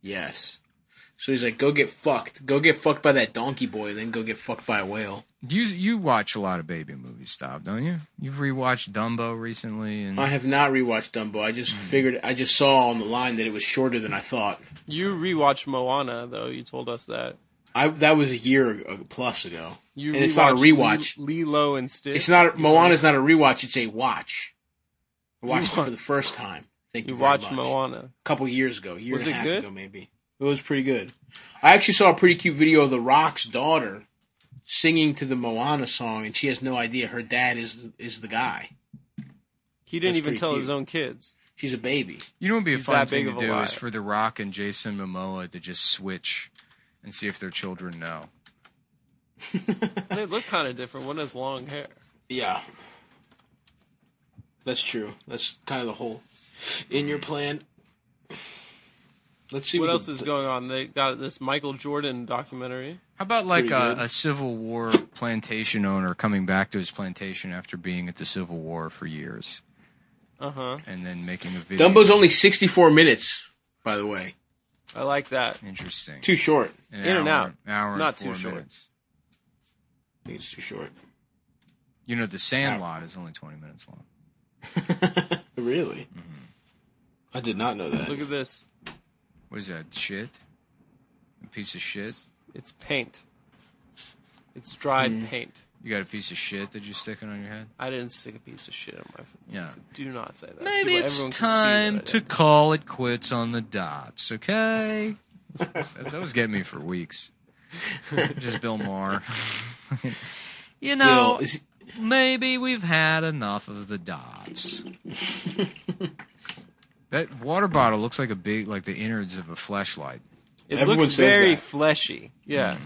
Yes. So he's like, "Go get fucked. Go get fucked by that donkey boy, then go get fucked by a whale."
You you watch a lot of baby movies, stop, don't you? You've rewatched Dumbo recently, and
I have not rewatched Dumbo. I
Mm.
just figured. I just saw on the line that it was shorter than I thought.
You rewatched Moana though. You told us that.
I that was a year ago, plus ago.
You
and it's not a rewatch.
rewatched Le- Lilo and Stitch.
it's not.
You
Moana's not a rewatch. It's a watch. I watched
wa-
it for the first time. Thank you.
You
very
watched
much.
Moana.
couple years ago, a year
Was
and a
it
half
good?
ago, maybe. It was pretty good. I actually saw a pretty cute video of The Rock's daughter singing to the Moana song, and she has no idea her dad is is the guy.
He didn't
That's
even
pretty
tell
cute.
his own kids.
She's a baby.
you know what would be a
He's
fun
that
thing
big
to
of a
do
liar.
is for The Rock and Jason Momoa to just switch and see if their children know.
They look kind of different. One has long hair.
Yeah, that's true. That's kind of the whole in your plan. Let's see
What
we
else
can-
is going on? They got this Michael Jordan documentary.
How about like
Pretty
a,
good.
a Civil War plantation owner coming back to his plantation after being at the Civil War for years,
Uh huh.
and then making a video?
Dumbo's only sixty four minutes, by the way.
I like that.
interesting.
Too short.
An
In and
hour-
out.
an hour and
Not
four
too short.
minutes.
I think it's too short.
You know, The Sandlot is only 20 minutes long.
Really? I did not know that.
Look at this.
What is that? Shit? A piece of shit?
It's paint. It's dried
Hmm.
paint.
You got a piece of shit that you're sticking on your head?
I didn't stick a piece of shit on my. Foot.
Yeah.
Do not say that.
Maybe
People-
it's
everyone can see
time
that I
to
didn't.
call it quits on the dots, okay? that, that was getting me for weeks. Just Bill Maher. you know,
Bill, is-
maybe we've had enough of the dots. that water bottle looks like a big, like the innards of a flashlight.
It
Everyone
looks
says
very
that.
fleshy.
Hmm.
Yeah.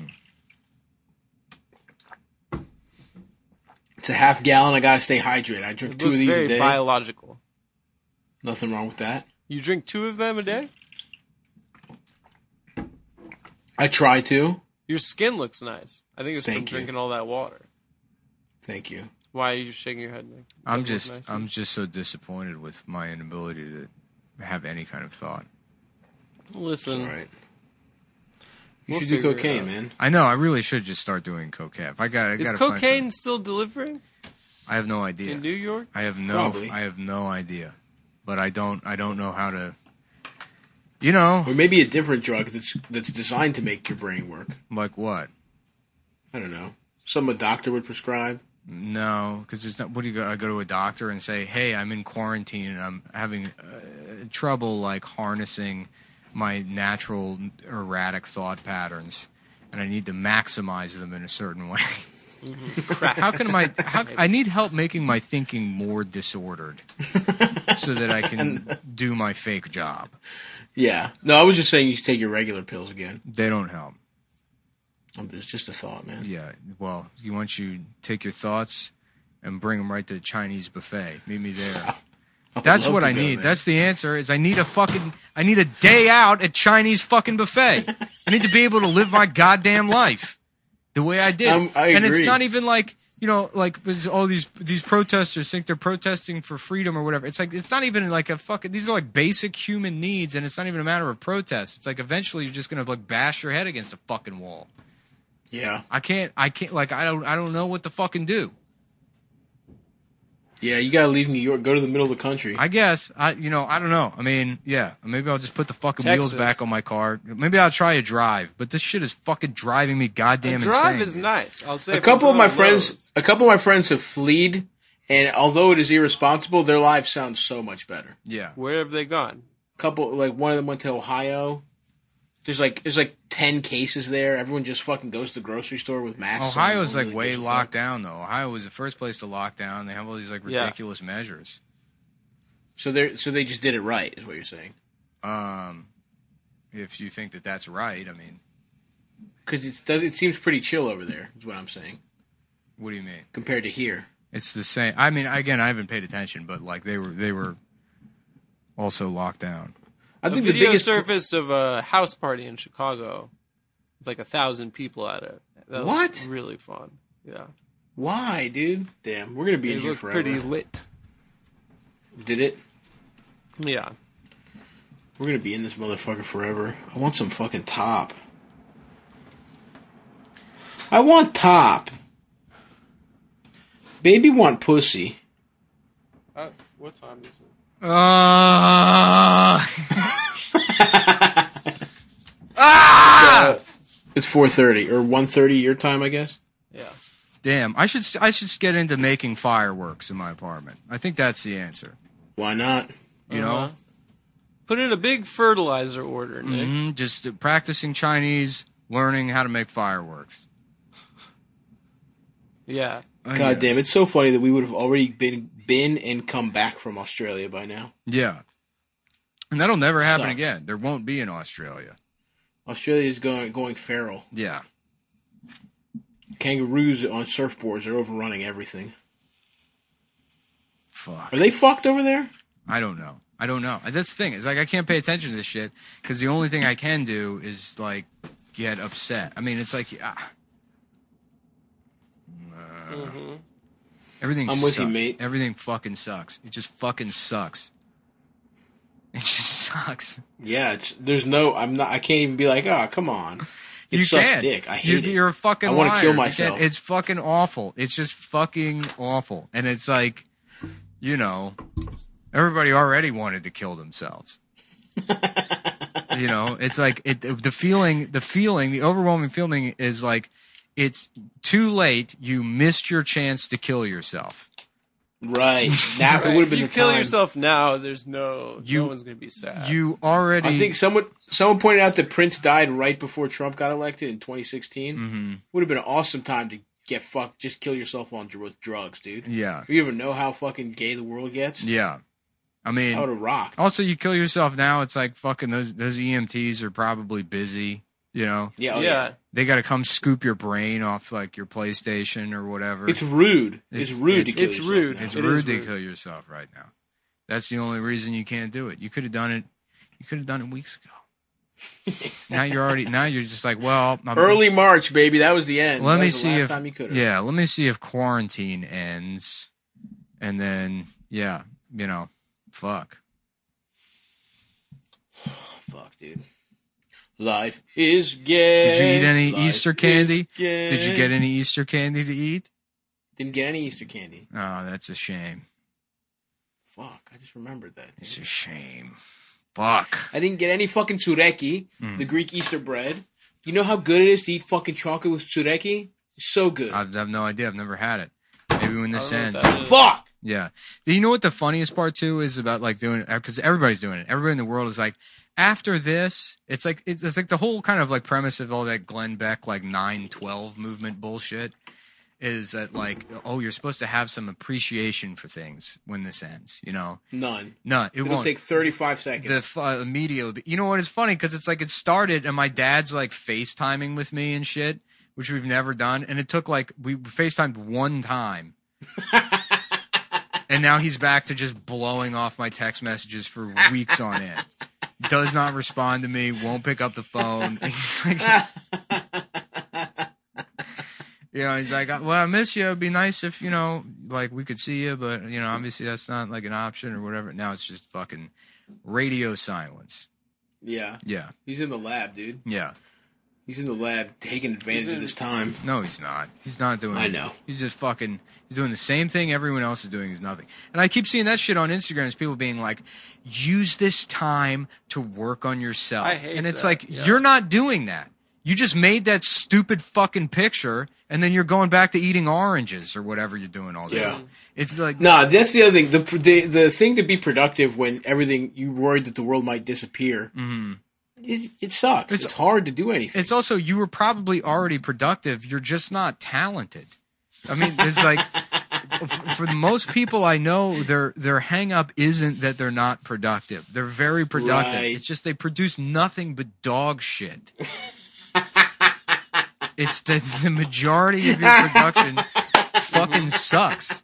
it's a half gallon. I gotta stay hydrated. I drink
It
two of
looks
these a
very
day.
biological.
Nothing wrong with that.
You drink two of them a day.
I try to.
Your skin looks nice. I think it's from
Thank you.
drinking all that water.
Thank you.
Why are you shaking your head? Nick?
I'm
Does it look
just,
nice?
I'm just so disappointed with my inability to have any kind of thought.
Listen.
All right. You
Mm. We'll
should do
figure it
cocaine,
out.
man.
I know. I really should just start doing cocaine. I got. I
Is
gotta find
cocaine
some-
still delivering
I have no idea.
in New York?
I have no.
Probably.
I have no idea. But I don't. I don't know how to. You know,
Or maybe a different drug that's that's designed to make your brain work.
like what?
I don't know. Some a doctor would prescribe.
No, because it's not. What do you go? I go to a doctor and say, "Hey, I'm in quarantine and I'm having uh, trouble like harnessing my natural erratic thought patterns, and I need to maximize them in a certain way." How can my? How, I need help making my thinking more disordered, so that I can do my fake job.
Yeah. No, I was just saying you should take your regular pills again.
They don't help.
Um, It's just a thought, man.
Yeah. Well, you once you take your thoughts and bring them right to the Chinese buffet. Meet me there.
I would
That's
love
what
to
I
go
need.
there.
That's the answer. Is I need a fucking I need a day out at Chinese fucking buffet. I need to be able to live my goddamn life the way I did.
I'm- Um, I
And it's
agree.
not even like you know, like there's all these these protesters think they're protesting for freedom or whatever. It's like it's not even like a fucking. These are like basic human needs, and it's not even a matter of protest. It's like eventually you're just gonna like bash your head against a fucking wall.
yeah.
I can't. I can't. Like I don't. I don't know what to fucking do.
Yeah, you gotta leave New York. Go to the middle of the country.
I guess I, you know, I don't know. I mean, yeah, maybe I'll just put the fucking wheels
Texas.
back on my car. Maybe I'll try a drive, but this shit is fucking driving me goddamn
the drive
insane.
is nice. I'll say
a
if we're
couple of
going
my
to
friends,
Lowe's.
a couple of my friends have fled, and although it is irresponsible, their lives sound so much better.
yeah,
Where have they gone?
couple, like one of them went to Ohio. There's like there's like ten cases there. Everyone just fucking goes to the grocery store with masks. on.
Ohio's
No one
like
really
way
gives a
locked
fuck.
down though. Ohio was the first place to lock down. They have all these like
Yeah.
ridiculous measures.
So they so they just did it right, is what you're saying.
Um, if you think that that's right, I mean,
Because it does it seems pretty chill over there. Is what I'm saying
what do you mean?
compared to here.
It's the same. I mean, again, I haven't paid attention, but like they were, they were also locked down.
I
A
think the
video
biggest
surfaced of a house party in Chicago. It's like a thousand people at it. That
What?
was really fun. Yeah,
why, dude? Damn, we're gonna be
it
in here
looked
forever.
pretty lit.
Did it?
Yeah,
We're gonna be in this motherfucker forever. I want some fucking top. I want top. Baby want pussy.
Uh, what time is it?
Uh,
It's four thirty or one thirty your time, I guess.
Yeah.
damn, I should, I should get into making fireworks in my apartment. I think that's the answer.
Why not?
You
Uh-huh. Put in a big fertilizer order,
know,
Nick.
Mhm, just practicing Chinese, learning how to make fireworks.
Yeah.
God damn, it's so funny that we would have already been been and come back from Australia by now.
Yeah. And that'll never happen
Sucks.
again. There won't be in Australia.
Australia is going going feral.
Yeah.
Kangaroos on surfboards are overrunning everything.
Fuck.
Are they fucked over there?
I don't know. I don't know. That's the thing. It's like I can't pay attention to this shit because the only thing I can do is like get upset. I mean, it's like ah. Everything
Mm-hmm. I'm with you,
sucks.
mate.
Everything fucking sucks. It just fucking sucks. It just sucks.
Yeah, it's, there's no. I'm not. I can't even be like, oh, come on. It
you
sucks
can.
dick. I
you're,
hate it.
You're a fucking.
I wanna
liar.
kill
You can't-
myself.
It's fucking awful. It's just fucking awful. And it's like, you know, everybody already wanted to kill themselves. you know, it's like it. The feeling, the feeling, the overwhelming feeling is like, it's too late. You missed your chance to kill yourself.
Right. Now it would have been
you
the
kill
time.
yourself now. There's no.
You-
no one's gonna be sad.
You already.
Uh, I think someone someone pointed out that Prince died right before Trump got elected in 2016. Mm-hmm. Would have been an awesome time to get fucked. Just kill yourself on dr- with drugs, dude.
Yeah.
You ever know how fucking gay the world gets?
Yeah. Oh, I mean,
I would have rocked.
Also, you kill yourself now. It's like fucking those those EMTs are probably busy. You know,
Yeah, oh,
yeah.
yeah.
they got to come scoop your brain off like your PlayStation or whatever.
It's rude. It's,
It's-
rude
it's-
to kill
it's
yourself
rude.
now.
It's
it
rude
is
to
rude.
kill yourself right now. That's the only reason you can't do it. You could have done it. You could have done it weeks ago. now you're already. Now you're just like, well, my,
Early March, baby. That was the end.
Let
That
me
was the
see
last
if.
time you could have.
yeah, let me see if quarantine ends, and then yeah, you know, fuck.
Fuck, dude. Life is gay.
Did you eat any
Life
Easter
is
candy?
gay.
Did you get any Easter candy to eat?
Didn't get any Easter candy.
Oh, that's a shame.
Fuck, I just remembered that. dude.
It's a shame. Fuck.
I didn't get any fucking tsureki,
Hmm.
the Greek Easter bread. You know how good it is to eat fucking chocolate with tsureki? It's so good.
I have no idea. I've never had it. Maybe when this
I don't know
ends.
what that is.
Fuck!
Yeah. Do you know what the funniest part too is about like doing because everybody's doing it. Everybody in the world is like, after this, it's like it's, it's like the whole kind of like premise of all that Glenn Beck like nine twelve movement bullshit is that like oh you're supposed to have some appreciation for things when this ends. You know,
None.
no, it
It'll
won't.
take 35 seconds.
the f- uh, media. would be- You know what? It's funny because it's like it started, and my dad's like FaceTiming with me and shit, which we've never done. And it took like we FaceTimed one time, and now he's back to just blowing off my text messages for weeks on end. Does not respond to me. Won't pick up the phone. He's like. You know, he's like, well, I miss you. It'd be nice if, you know, like we could see you, but, you know, obviously that's not like an option or whatever. Now it's just fucking radio silence.
yeah.
Yeah.
He's in the lab, dude.
Yeah.
He's in the lab taking advantage
He's
of
in-
his time.
No, he's not. He's not doing.
I know.
He's just fucking. He's doing the same thing everyone else is doing. Is nothing. And I keep seeing that shit on Instagram. Is people being like, "Use this time to work on yourself."
I hate
and it's
that,
like
yeah.
you're not doing that. You just made that stupid fucking picture, and then you're going back to eating oranges or whatever you're doing all day.
Yeah.
It's like
Nah, that's the other thing. The, pr- the the thing to be productive when everything you worried that the world might disappear. Is, it sucks. It's, hard to do anything.
Mm-hmm. it's also you were probably already productive. You're just not talented. I mean, there's like f- for the most people I know, their their hang up isn't that they're not productive. They're very productive.
Right.
It's just they produce nothing but dog shit. it's that the majority of your production fucking sucks.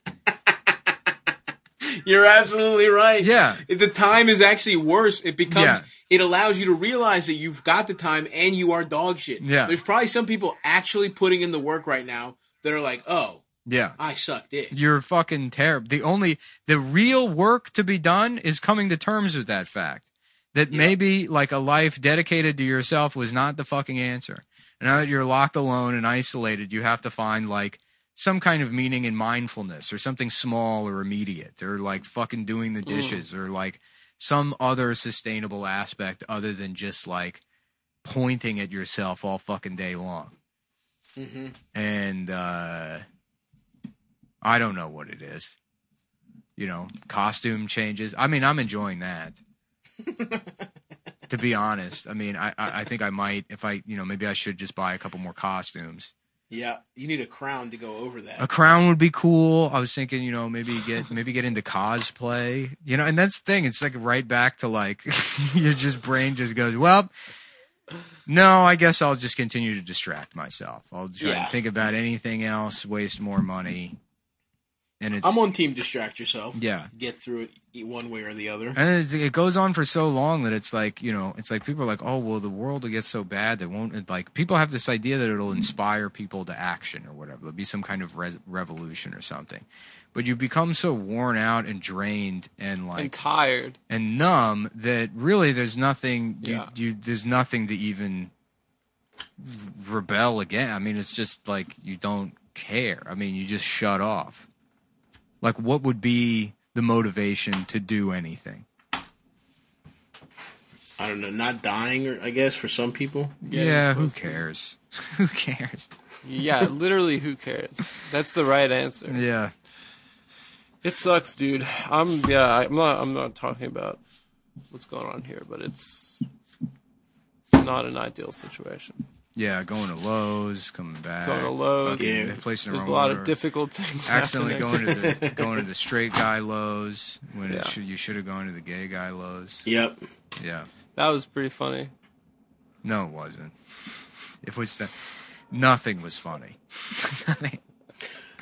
You're absolutely right.
Yeah.
If the time is actually worse, it becomes
Yeah.
it allows you to realize that you've got the time and you are dog shit.
Yeah.
There's probably some people actually putting in the work right now that are like, oh,
Yeah.
I sucked it.
You're fucking terrible. The only the real work to be done is coming to terms with that fact. That maybe like a life dedicated to yourself was not the fucking answer. And now that you're locked alone and isolated, you have to find like some kind of meaning in mindfulness or something small or immediate or like fucking doing the dishes or like some other sustainable aspect other than just like pointing at yourself all fucking day long.
Mm-hmm.
And uh I don't know what it is. You know, costume changes. I mean, I'm enjoying that. to be honest, I mean, I, I I think I might if I you know maybe I should just buy a couple more costumes.
Yeah. You need a crown to go over that.
A crown would be cool. I was thinking, you know, maybe get maybe get into cosplay. You know, and that's the thing. It's like right back to like your just brain just goes, well, no, I guess I'll just continue to distract myself. I'll try
Yeah.
and think about anything else, waste more money. And it's
I'm on team distract yourself.
yeah.
Get through it e- one way or the other.
And it, it goes on for so long that it's like, you know, it's like people are like, oh, well, the world will get so bad that won't, it, like, people have this idea that it'll inspire people to action or whatever. There'll be some kind of res- revolution or something. But you become so worn out and drained and
I'm
like,
tired.
and numb that really there's nothing, you,
Yeah.
you, there's nothing to even r- rebel again. I mean, it's just like you don't care. I mean, you just shut off. Like, what would be the motivation to do anything?
I don't know, not dying or I guess for some people.
Yeah, who
close.
cares? who cares?
Yeah, literally, who cares? That's the right answer.
Yeah.
It sucks, dude. I'm yeah. I'm not. I'm not talking about what's going on here, but it's not an ideal situation.
Yeah, going to Lowe's, coming back.
Going to Lowe's.
fucking
Yeah.
Placing the
There's
wrong
a lot
order.
of difficult things.
Accidentally
happening.
going to the going to the straight guy Lowe's when
Yeah.
it should, you should have gone to the gay guy Lowe's.
Yep.
Yeah.
That was pretty funny.
No, it wasn't. It was the, nothing was funny. nothing.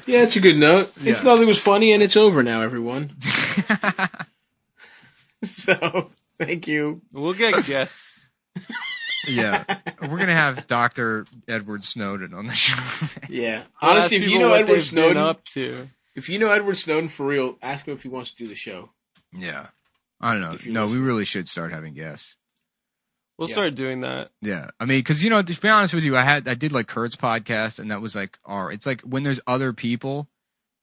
Yeah, it's a good note. It's
Yeah.
nothing was funny and it's over now, everyone. so thank you.
We'll get guests.
Yeah, we're gonna have Doctor Edward Snowden on the show.
Yeah.
We'll ask
Honestly, if you
people
know
what
Edward
they've been
Snowden,
up to.
if you know Edward Snowden for real, ask him if he wants to do the show.
yeah, I don't know.
If you
No, we
listen.
really should start having guests.
We'll
Yeah.
start doing that.
Yeah, I mean, because you know, to be honest with you, I had I did like Kurt's podcast, and that was like our. It's like when there's other people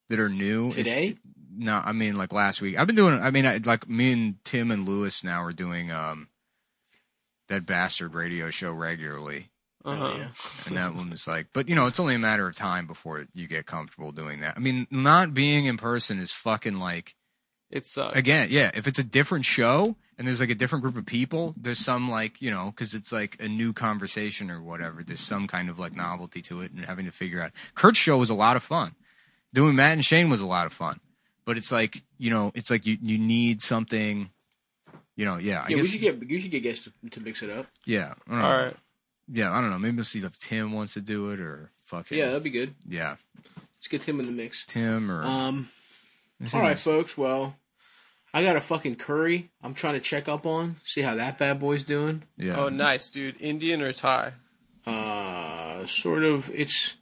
that are new it's-
Today?
no, I mean like last week. I've been doing. I mean, I, like me and Tim and Lewis now are doing um that bastard radio show regularly,
Uh-huh.
Oh, yeah.
and that one was like. But you know, it's only a matter of time before you get comfortable doing that. I mean, not being in person is fucking like
It sucks.
again yeah if it's a different show and there's like a different group of people there's some like you know because it's like a new conversation or whatever there's some kind of like novelty to it and having to figure out kurt's show was a lot of fun doing matt and shane was a lot of fun but it's like you know it's like you, you need something you know yeah i
Yeah, we
guess
should get you should get guests to, to mix it up.
yeah I don't
All
know.
right.
yeah i don't know maybe we'll see if tim wants to do it or fuck it.
Yeah, that'd be good.
yeah
Let's get him in the mix.
tim or
Um all right, folks. Well, I got a fucking curry. I'm trying to check up on, see how that bad boy's doing.
yeah
Oh, nice, dude. Indian or Thai?
Uh sort of it's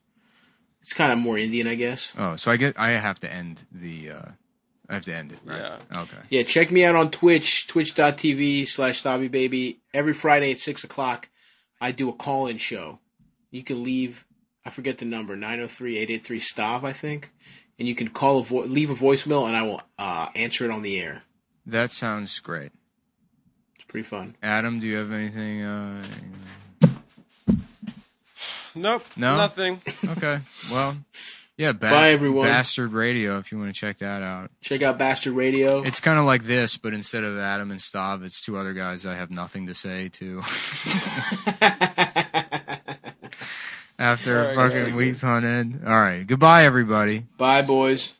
it's kind of more Indian, I guess.
oh so i get i have to end the uh i have to end it right yeah. okay
Yeah, check me out on Twitch, twitch.tv slash Baby. Every Friday at 6 o'clock, I do a call in show. you can leave I forget the number 903-883 stav I think and you can call a vo- leave a voicemail and I will uh, answer it on the air.
That sounds great.
It's pretty fun.
Adam, do you have anything? Uh,
Nope.
No?
Nothing.
okay. Well, yeah. Ba-
Bye, everyone.
Bastard Radio, if you want to check that out.
Check out Bastard Radio.
It's kind of like this, but instead of Adam and Stav, it's two other guys I have nothing to say to. After
All right,
fucking
guys.
weeks on end. All right. Goodbye, everybody.
Bye boys.